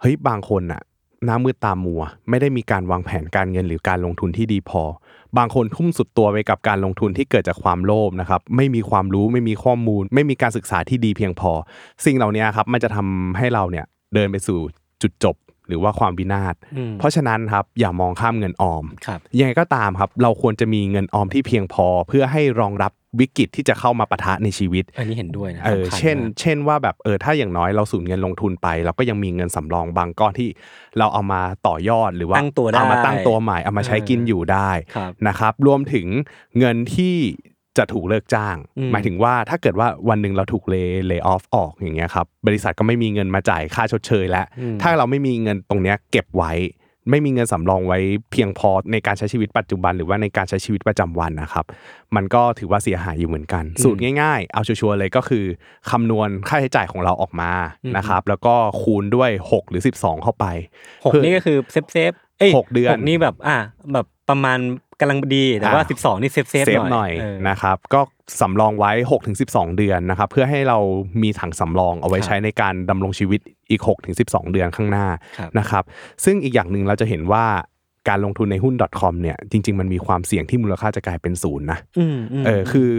Speaker 2: เฮ้ยบางคนอะหน้ามืดตามัว ไม่ได้มีการวางแผนการเงินหรือการลงทุนที่ดีพอ บางคนทุ่มสุดตัวไปกับการลงทุนที่เกิดจากความโลภนะครับไม่มีความรู้ไม่มีข้อมูล ไม่มีการศึกษาที่ดีเพียงพอ สิ่งเหล่านี้ครับมันจะทำให้เราเนี่ยเดินไปสู่จุดจบ หรือว่าความวินาศ
Speaker 3: อืม
Speaker 2: เพราะฉะนั้นครับอย่ามองข้ามเงินออม
Speaker 3: ครับ
Speaker 2: ยังไงก็ตามครับ เราควรจะมีเงินออมที่เพียงพอ เพื่อให้รองรับวิกฤตที่จะเข้ามาปะทะในชีวิต
Speaker 3: อันนี้เห็นด้วยนะ
Speaker 2: เออ
Speaker 3: สำคัญ
Speaker 2: เช่น
Speaker 3: มาก
Speaker 2: เช่นว่าแบบเออถ้าอย่างน้อยเราสูญเงินลงทุนไป เราก็ยังมีเงินสำรองบางก้อนที่เราเอามาต่อยอดหรือว่า
Speaker 3: ตั้งตัวได้
Speaker 2: เอามาตั้งตัวใหม่เอามาใช้กินอยู่ได้
Speaker 3: ครับ
Speaker 2: นะครับรวมถึงเงินที่จะถูกเลิกจ้าง
Speaker 3: อืม
Speaker 2: หมายถึงว่าถ้าเกิดว่าวันหนึ่งเราถูกเลเลออฟออกอย่างเงี้ยครับบริษัทก็ไม่มีเงินมาจ่ายค่าชดเชยแล้ว
Speaker 3: อืม
Speaker 2: ถ้าเราไม่มีเงินตรงเนี้ยเก็บไว้ ไม่มีเงินสำรองไว้เพียงพอในการใช้ชีวิตปัจจุบัน หรือว่าในการใช้ชีวิตประจำวันนะครับ มันก็ถือว่าเสียหายอยู่เหมือนกัน สูตรง่ายๆ เอาชัวร์ๆเลยก็คือคำนวณค่าใช้จ่ายของเราออกมา
Speaker 3: อืม
Speaker 2: นะครับ แล้วก็คูณด้วย 6 หรือ 12 เข้าไป
Speaker 3: หกนี่ก็คือเซฟเซฟๆย
Speaker 2: หกเดือน
Speaker 3: หกนี่แบบอ่ะแบบประมาณกำลังดีแต่ว่า
Speaker 2: อ่ะ
Speaker 3: สิบสองนี่เซฟเซฟ
Speaker 2: เซฟหน่อย
Speaker 3: เ
Speaker 2: นะครับก็สำรองไว้ 6-12 เดือนนะครับเพื่อให้เรามีถังสำรองเอาไว้
Speaker 3: ครับ
Speaker 2: ใช้ในการดำรงชีวิตอีก 6-12 เดือนข้างหน้า
Speaker 3: ครับ
Speaker 2: นะครับซึ่งอีกอย่างหนึ่งเราจะเห็นว่าการลงทุนในหุ้น .com เนี่ยจริง ๆ มันมีความเสี่ยงที่มูลค่าจะกลายเป็นศูนย์นะ
Speaker 3: อืมม
Speaker 2: เออคือ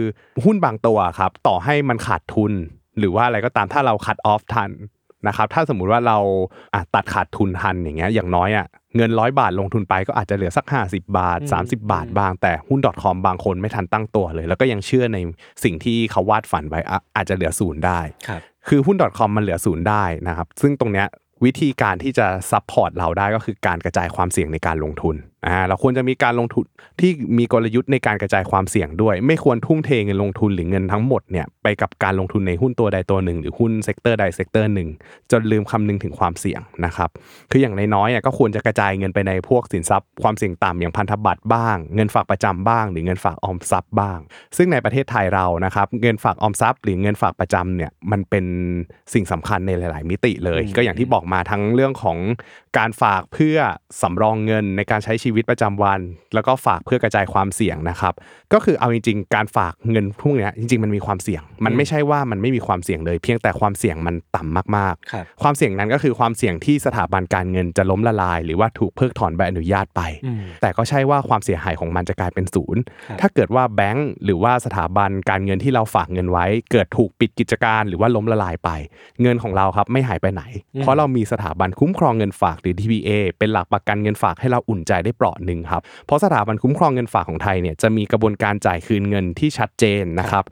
Speaker 2: หุ้นบางตัวครับต่อให้มันขาดทุน หรือว่าอะไรก็ตามถ้าเราคัดออฟทันนะครับถ้าสมมุติว่าเราอ่ะตัดขาดทุนทันอย่างเงี้ยอย่างน้อยอ่ะเงินร้อยบาทลงทุนไปก็อาจจะเหลือสัก 50 บาท
Speaker 3: อืม
Speaker 2: 30 บาท บางแต่หุ้น .com บางคนไม่ทันตั้งตัวเลย แล้วก็ยังเชื่อในสิ่งที่เขาวาดฝันไว้อ่ะอาจจะเหลือศูนย์ได้
Speaker 3: ครับ
Speaker 2: คือหุ้น .com มันเหลือศูนย์ได้นะครับ ซึ่งตรงเนี้ยวิธีการที่จะซัพพอร์ตเราได้ก็คือการกระจายความเสี่ยงในการลงทุนอ่าเราควรจะมีการลงทุนที่มีกลยุทธ์ในการกระจายความเสี่ยงด้วย ไม่ควรทุ่มเทเงินลงทุนหรือเงินทั้งหมดเนี่ยไปกับการลงทุนในหุ้นตัวใดตัวหนึ่ง หรือหุ้นเซกเตอร์ใดเซกเตอร์หนึ่งจนลืมคำนึงถึงความเสี่ยงนะครับ คืออย่างน้อยๆอ่ะก็ควรจะกระจายเงินไปในพวกสินทรัพย์ความเสี่ยงต่ำอย่างพันธบัตรบ้าง เงินฝากประจำบ้าง หรือเงินฝากออมทรัพย์บ้าง ซึ่งในประเทศไทยเรานะครับเงินฝากออมทรัพย์ หรือเงินฝากประจำเนี่ยมันเป็นสิ่งสำคัญในหลาย ๆ มิติเลย
Speaker 3: อืม
Speaker 2: ก็อย่างที่บอกมาทั้งเรื่องของการฝากเพื่อสำรองเงินในการใช้ชีวิตประจำวัน แล้วก็ฝากเพื่อกระจายความเสี่ยงนะครับก็คือเอาจริง ๆ การฝากเงินพวกเนี้ยจริง ๆ มันมีความเสี่ยง มันไม่ใช่ว่ามันไม่มีความเสี่ยงเลย เพียงแต่ความเสี่ยงมันต่ำมาก ๆ
Speaker 3: ครับ
Speaker 2: ความเสี่ยงนั้นก็คือความเสี่ยงที่สถาบันการเงินจะล้มละลาย หรือว่าถูกเพิกถอนใบอนุญาตไป
Speaker 3: อืม
Speaker 2: แต่ก็ใช่ว่าความเสียหายของมันจะกลายเป็นศูนย์
Speaker 3: ครับ
Speaker 2: ถ้าเกิดว่าแบงก์หรือว่าสถาบันการเงินที่เราฝากเงินไว้ เกิดถูกปิดกิจการหรือว่าล้มละลายไป เงินของเราครับไม่หายไปไหน
Speaker 3: อืม
Speaker 2: เพราะเรามีสถาบันคุ้มครองเงินฝากหรือ TPA เป็นหลักประกันเงินฝากให้เราอุ่นใจได้เปราะหนึ่งครับ เพราะสถาบันคุ้มครองเงินฝากของไทยเนี่ยจะมีกระบวนการจ่ายคืนเงินที่ชัดเจนนะครับ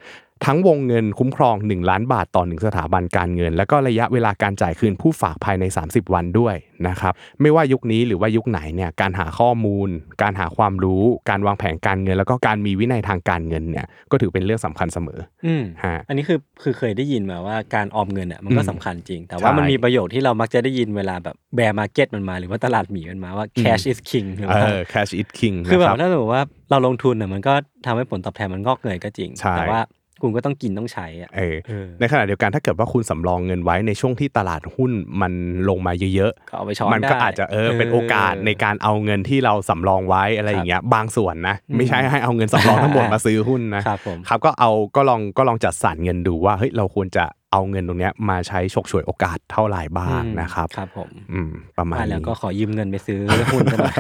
Speaker 2: ทั้งวงเงินคุ้มครอง 1 ล้านบาทต่อ 1 สถาบันการเงิน แล้วก็ระยะเวลาการจ่ายคืนผู้ฝากภายใน 30 วันด้วยนะครับไม่ว่ายุคนี้หรือว่ายุคไหนเนี่ยการหาข้อมูล การหาความรู้ การวางแผนการเงิน แล้วก็การมีวินัยทางการเงินเนี่ยก็ถือเป็นเรื่องสำคัญเสมอ
Speaker 3: อืม
Speaker 2: ฮะ
Speaker 3: อันนี้คือคือเคยได้ยินมาว่าการออมเงินอ่ะมันก็
Speaker 2: อืม
Speaker 3: สำคัญจริง แต่ว่า
Speaker 2: ใช่
Speaker 3: มันมีประโยคที่เรามักจะได้ยินเวลาแบบแบร์มาเก็ตมันมาหรือว่าตลาดหมีมันมาว่า
Speaker 2: อืม
Speaker 3: cash is king หรือ
Speaker 2: เอ
Speaker 3: ว่า
Speaker 2: อ cash is king
Speaker 3: คือ
Speaker 2: นะ
Speaker 3: แบ
Speaker 2: ครับ บ
Speaker 3: ถ้าสมมติว่าเราลงทุนอ่ะมันก็ทำให้ผลตอบแทนมันงอกเงยก็จริง
Speaker 2: ใช่
Speaker 3: แต่ว่าคุณก็ต้องกินต้องใช้อ่ะ
Speaker 2: เออ
Speaker 3: เออ
Speaker 2: ในขณะเดียวกันถ้าเกิดว่าคุณสำรองเงินไว้ในช่วงที่ตลาดหุ้นมันลงมาเยอะๆ
Speaker 3: ก็เอาไปช้อน
Speaker 2: มันก็
Speaker 3: ได้
Speaker 2: อาจจะเออเป็นโอกาสในการเอาเงินที่เราสำรองไว้อะไรอย่างเงี้ยบางส่วนนะ ไม่ใช่ให้เอาเงินสำรองทั้งหมดมาซื้อหุ้นนะครับ
Speaker 3: ผม
Speaker 2: ครับก็เอาก็ลองก็ลองจัดสรรเงินดูว่าเฮ้ยเราควรจะเอาเงินตรงเนี้ยมาใช้ฉกฉวยโอกาสเท่าไหร่บ้างนะครับ
Speaker 3: ครับผม
Speaker 2: อืมประมาณ
Speaker 3: อ่ะแล้ว
Speaker 2: นี้
Speaker 3: ก็ขอยืมเงินไปซื้อหุ้นกันห น่อย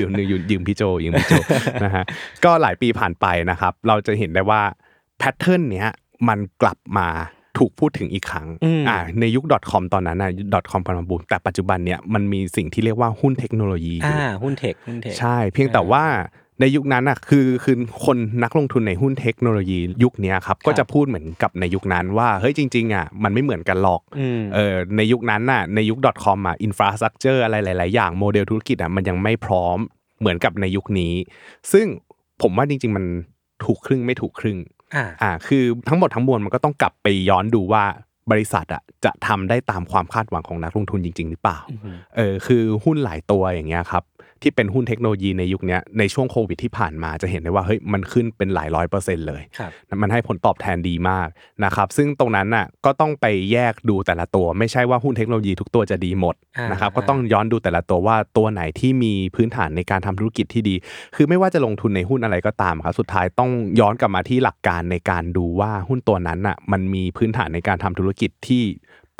Speaker 2: ยืมหนึ่งยืมยืมพี่โจยืมพี่โจ นะฮะก็หลายปีผ่านไปนะครับ เราจะเห็นได้ว่าแพทเทิร์นเนี้ยมันกลับมาถูกพูดถึงอีกครั้ง
Speaker 3: อืม
Speaker 2: อ่าในยุค .com ตอนนั้นนะยุค .com กำลังบูมแต่ปัจจุบันเนี่ยมันมีสิ่งที่เรียกว่าหุ้นเทคโนโลยีอยู่
Speaker 3: อ่าหุ้นเทคหุ้นเทค
Speaker 2: ใช่เพียงแต่
Speaker 3: อ่า
Speaker 2: ว่าในยุคนั้นอ่ะคือคือคนนักลงทุนในหุ้นเทคโนโลยียุคเนี้ยครับก็จะพูดเหมือนกับในยุคนั้นว่าเฮ้ยจริงๆอ่ะมันไม่เหมือนกันหรอก
Speaker 3: อืม
Speaker 2: เออในยุคนั้นน่ะในยุค .com อ่ะอินฟราสตรักเจอร์อะไรหลาย ๆ อย่างโมเดลธุรกิจอ่ะมันยังไม่พร้อมเหมือนกับในยุคนี้ ซึ่งผมว่าจริง ๆ มันถูกครึ่งไม่ถูกครึ่ง
Speaker 3: อ่า
Speaker 2: อ่าคือทั้งหมดทั้งมวลมันก็ต้องกลับไปย้อนดูว่า บริษัทอะจะทำได้ตามความคาดหวังของนักลงทุนจริง ๆ หรือเปล่า เออคือหุ้นหลายตัวอย่างเงี้ยครับที่เป็นหุ้นเทคโนโลยีในยุคเนี้ยในช่วงโควิดที่ผ่านมาจะเห็นได้ว่าเฮ้ยมันขึ้นเป็นหลายร้อยเปอร์เซ็นต์เลย
Speaker 3: ครับ
Speaker 2: มันให้ผลตอบแทนดีมากนะครับซึ่งตรงนั้นน่ะก็ต้องไปแยกดูแต่ละตัว ไม่ใช่ว่าหุ้นเทคโนโลยีทุกตัวจะดีหมด
Speaker 3: อ่าน
Speaker 2: นะครับ
Speaker 3: อ่า
Speaker 2: ก็ต้องย้อนดูแต่ละตัวว่าตัวไหนที่มีพื้นฐานในการทำธุรกิจที่ดี คือไม่ว่าจะลงทุนในหุ้นอะไรก็ตามครับสุดท้ายต้องย้อนกลับมาที่หลักการในการดูว่าหุ้นตัวนั้นน่ะมันมีพื้นฐานในการทำธุรกิจที่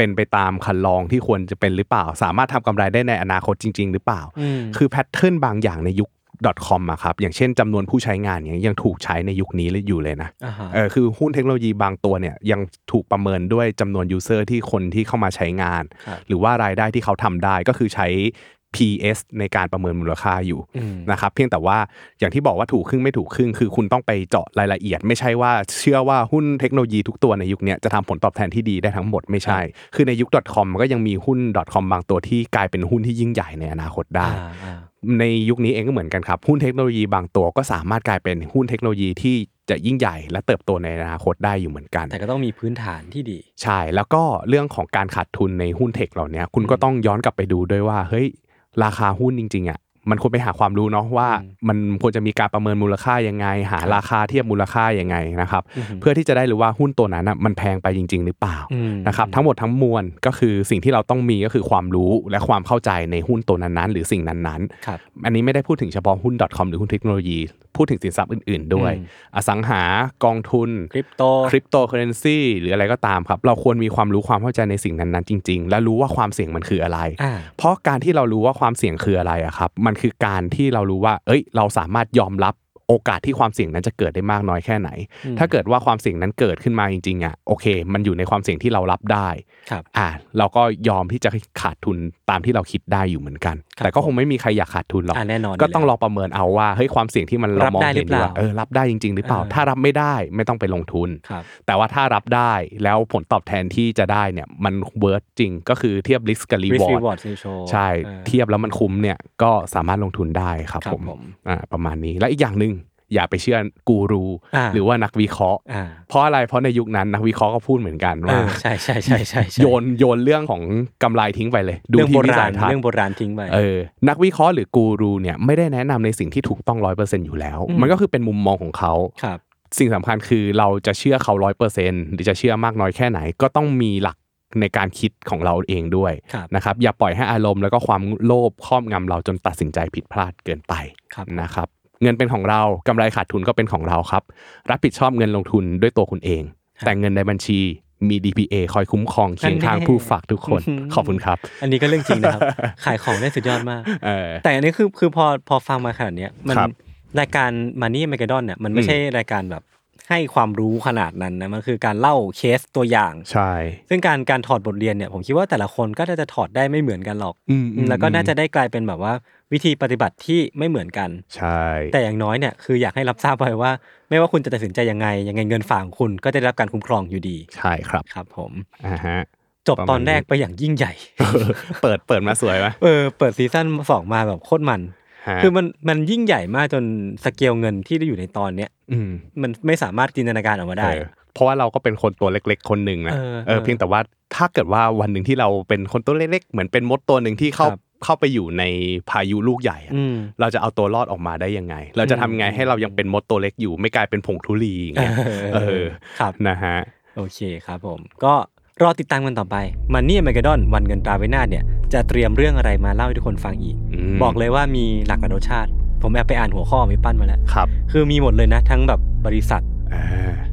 Speaker 2: เป็นไปตามคันลองที่ควรจะเป็นหรือเปล่า สามารถทำกำไรได้ในอนาคตจริง ๆ หรือเปล่า
Speaker 3: อืม
Speaker 2: คือแพทเทิร์นบางอย่างในยุค .com อะครับอย่างเช่นจำนวนผู้ใช้งานอย่างเงี้ยยังถูกใช้ในยุคนี้เลยอยู่เลยนะ
Speaker 3: อ่าฮะ
Speaker 2: เออคือหุ้นเทคโนโลยีบางตัวเนี่ยยังถูกประเมินด้วยจำนวนยูเซอร์ที่คนที่เข้ามาใช้งาน
Speaker 3: ครับ
Speaker 2: หรือว่ารายได้ที่เขาทำได้ก็คือใช้ PS ในการประเมินมูลค่าอยู่
Speaker 3: อืม
Speaker 2: นะครับเพียงแต่ว่าอย่างที่บอกว่าถูกครึ่งไม่ถูกครึ่ง คือคุณต้องไปเจาะรายละเอียด ไม่ใช่ว่าเชื่อว่าหุ้นเทคโนโลยีทุกตัวในยุคเนี้ยจะทำผลตอบแทนที่ดีได้ทั้งหมดไม่ใช่ คือในยุค .com มันก็ยังมีหุ้น .com บางตัวที่กลายเป็นหุ้นที่ยิ่งใหญ่ในอนาคตได้
Speaker 3: อ่าอ่า
Speaker 2: ในยุคนี้เองก็เหมือนกันครับ หุ้นเทคโนโลยีบางตัวก็สามารถกลายเป็นหุ้นเทคโนโลยีที่จะยิ่งใหญ่และเติบโตในอนาคตได้อยู่เหมือนกัน
Speaker 3: แต่ก็ต้องมีพื้นฐานที่ดี
Speaker 2: ใช่แล้วก็เรื่องของการขาดทุนในหุ้นเทคเหล่าเนี้ยคุณก็ต้องย้อนกลับไปดูด้วยว่าเฮ้ยราคาหุ้นจริงๆอ่ะมันควรไปหาความรู้เนาะว่า
Speaker 3: อืม
Speaker 2: มันควรจะมีการประเมินมูลค่ายังไง หาราคาเทียบมูลค่ายังไงนะครับเพื่อที่จะได้รู้ว่าหุ้นตัวนั้นอ่ะมันแพงไปจริง ๆ หรือเปล่า
Speaker 3: ม
Speaker 2: นะครับทั้งหมดทั้งมวลก็คือสิ่งที่เราต้องมีก็คือความรู้และความเข้าใจในหุ้นตัวนั้นๆ หรือสิ่งนั้นๆ
Speaker 3: ครับ
Speaker 2: อันนี้ไม่ได้พูดถึงเฉพาะหุ้น .com หรือหุ้นเทคโนโลยี พูดถึงสินทรัพย์อื่น ๆ ด้วย
Speaker 3: อืม
Speaker 2: อสังหากองทุน
Speaker 3: คริปโต
Speaker 2: คริปโตเคอเรนซีหรืออะไรก็ตามครับ เราควรมีความรู้ความเข้าใจในสิ่งนั้น ๆ จริง ๆ และรู้ว่าความเสี่ยงมันคืออะไร
Speaker 3: อ่า
Speaker 2: เพราะการที่เรารู้ว่าความเสี่ยงคืออะไรอะครับมันคือการที่เรารู้ว่า เอ้ย เราสามารถยอมรับโอกาสที่ความเสี่ยงนั้นจะเกิดได้มากน้อยแค่ไหน
Speaker 3: อืม
Speaker 2: ถ้าเกิดว่าความเสี่ยงนั้นเกิดขึ้นมาจริงๆอะโอเค มันอยู่ในความเสี่ยงที่เรารับได้
Speaker 3: ครับ
Speaker 2: อ่าเราก็ยอมที่จะขาดทุนตามที่เราคิดได้อยู่เหมือนกัน
Speaker 3: ครับ
Speaker 2: แต่ก็คงไม่มีใครอยากขาดทุนหรอก
Speaker 3: อ่าแน่นอน
Speaker 2: ก็ต้อง
Speaker 3: ยู่
Speaker 2: ล
Speaker 3: แล้ว
Speaker 2: องประเมินเอาว่าเฮ้ยความเสี่ยงที่มันเรา
Speaker 3: รับ
Speaker 2: มอง
Speaker 3: ได้หรื
Speaker 2: เห็
Speaker 3: อน เป
Speaker 2: ดู
Speaker 3: ล่า
Speaker 2: ว่าเออรับได้จริง ๆ หรือเปล่า
Speaker 3: เออ
Speaker 2: ถ้ารับไม่ได้ไม่ต้องไปลงทุน
Speaker 3: ครับ
Speaker 2: แต่ว่าถ้ารับได้แล้วผลตอบแทนที่จะได้เนี่ยมันเวิร์จริงก็คือเทียบ risk กับ
Speaker 3: Risk
Speaker 2: reward
Speaker 3: Reward Ratio
Speaker 2: ใช่
Speaker 3: อ่า
Speaker 2: เทียบแล้วมันคุ้มเนี่ยก็สามารถลงทุนได้ครับ
Speaker 3: ครับ
Speaker 2: ผม
Speaker 3: ผม
Speaker 2: อ่าประมาณนี้และอีกอย่างหนึ่งอย่าไปเชื่อกูรู
Speaker 3: อ่า
Speaker 2: หรือว่านักวิเคราะห์
Speaker 3: อ่า
Speaker 2: เพราะอะไรเพราะในยุคนั้นนักวิเคราะห์ก็พูดเหมือนกัน
Speaker 3: เอ
Speaker 2: ว่า
Speaker 3: อใช่ใช่ใช่ใช่ใช่
Speaker 2: โยนโยนเรื่องของกำไรทิ้งไปเลย ดู
Speaker 3: เรื่อง
Speaker 2: ที่
Speaker 3: โบ
Speaker 2: วิ
Speaker 3: รา
Speaker 2: สั
Speaker 3: ณ
Speaker 2: ยทัศ
Speaker 3: เรื่อง
Speaker 2: น์
Speaker 3: โบราณทิ้งไป
Speaker 2: เออนักวิเคราะห์หรือกูรูเนี่ยไม่ได้แนะนำในสิ่งที่ถูกต้องร้อยเปอร์เซ็นอยู่แล้ว
Speaker 3: อืม
Speaker 2: มันก็คือเป็นมุมมองของเขา
Speaker 3: ครับ
Speaker 2: สิ่งสำคัญคือเราจะเชื่อเขาร้อยเปอร์เซ็นหรือจะเชื่อมากน้อยแค่ไหน ก็ต้องมีหลักในการคิดของเราเองด้วย
Speaker 3: ครับ
Speaker 2: นะครับอย่าปล่อยให้อารมณ์แล้วก็ความโลภครอบงำเราจนตัดสินใจผิดพลาดเกินไป
Speaker 3: ครับ
Speaker 2: นะครับเงินเป็นของเรากำไรขาดทุนก็เป็นของเราครับ รับผิดชอบเงินลงทุนด้วยตัวคุณเอง แต่เงินในบัญชีมี DPA คอยคุ้มครองเคียงข้างผู้ฝากทุกคน
Speaker 3: อื้อหือ
Speaker 2: ขอบคุณครับ
Speaker 3: อันนี้ก็เรื่องจริง นะครับ ขายของได้สุดยอดมาก
Speaker 2: เออ
Speaker 3: แต่อันนี้คือคือพอพอฟังมาขนาดเนี้ยมัน
Speaker 2: ครับ
Speaker 3: รายการมานี่ m ม g กดอนเนี่ยมันไม่
Speaker 2: อืม
Speaker 3: ใช่รายการแบบให้ความรู้ขนาดนั้นนะมันคือการเล่าเคสตัวอย่าง
Speaker 2: ใช่
Speaker 3: ซึ่งการการถอดบทเรียนเนี่ยผมคิดว่าแต่ละคนก็น่าจะถอดได้ไม่เหมือนกันหรอก
Speaker 2: อืมอืม
Speaker 3: แล้วก็น่าจะได้กลายเป็นแบบว่าวิธีปฏิบัติที่ไม่เหมือนกัน
Speaker 2: ใช่
Speaker 3: แต่อย่างน้อยเนี่ยคืออยากให้รับทราบไว้ว่า ไม่ว่าคุณจะตัดสินใจยังไง ยังไงเงินฝากของคุณก็จะได้รับการคุ้มครองอยู่ดี
Speaker 2: ใช่ครับ
Speaker 3: ครับ ผม
Speaker 2: อ่าฮะ
Speaker 3: จบ
Speaker 2: ประมาณ
Speaker 3: ตอนแรกไปอย่างยิ่ง ใหญ่
Speaker 2: เปิดเปิดมาสวยไหม
Speaker 3: เออเปิดซีซั่นสองมาแบบโคตรมัน
Speaker 2: ฮะ
Speaker 3: คือมันมันยิ่งใหญ่มากจนสเกลเงินที่อยู่ในตอนเนี้ย
Speaker 2: อืม
Speaker 3: มันไม่สามารถจินตนาการออกมาได้
Speaker 2: เออเพราะว่าเราก็เป็นคนตัวเล็กๆ คนหนึ่งนะ
Speaker 3: เออ
Speaker 2: เออเพียงแต่ว่าถ้าเกิดว่าวันหนึ่งที่เราเป็นคนตัวเล็กๆ เหมือนเป็นมดตัวหนึ่งที่เข้า
Speaker 3: ครับ
Speaker 2: เข้าไปอยู่ในพายุลูกใหญ่อะ
Speaker 3: อืม
Speaker 2: เราจะเอาตัวรอดออกมาได้ยังไง เราจะทำไง
Speaker 3: อืม
Speaker 2: ให้เรายังเป็นมดตัวเล็กอยู่ไม่กลายเป็นผงทุลีอย่างเงี้ยเออ
Speaker 3: ครับ
Speaker 2: นะฮะ
Speaker 3: โอเคครับผม ก็รอติดตามกันต่อไปมันนี่ m ม g กดอนวันเงินตราไว้หน้าเนี่ย จะเตรียมเรื่องอะไรมาเล่าให้ทุกคนฟังอีก
Speaker 2: อืม
Speaker 3: บอกเลยว่ามีหลากหลายรสชาติ ผมแอบไปอ่านหัวข้อไม่ปั้นมาแล้ว
Speaker 2: ครับ
Speaker 3: คือมีหมดเลยนะ ทั้งแบบบริษัท
Speaker 2: อ่า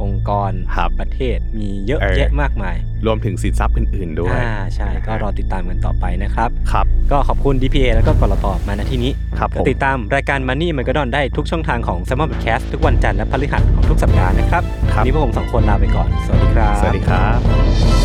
Speaker 3: องค์กร
Speaker 2: ครับ
Speaker 3: ประเทศ มีเยอะ
Speaker 2: เออ
Speaker 3: แยะมากมาย
Speaker 2: รวมถึงสินทรัพย์อื่นๆ ด้วย
Speaker 3: อ่าใช่ก็รอติดตามกันต่อไปนะครับ
Speaker 2: ครับ
Speaker 3: ก็ขอบคุณ DPA แล้วก็กลตมาณที่นี้
Speaker 2: ครับผม
Speaker 3: ติดตามรายการ Money m a g o n ได้ทุกช่องทางของ s ซ m o n Podcast ทุกวันจันทร์และพฤหัสของทุกสัปดาห์นะครับวันนี้พวกผมสองคนลาไปก่อน สวัสดีครับ
Speaker 2: สวัสดีครับ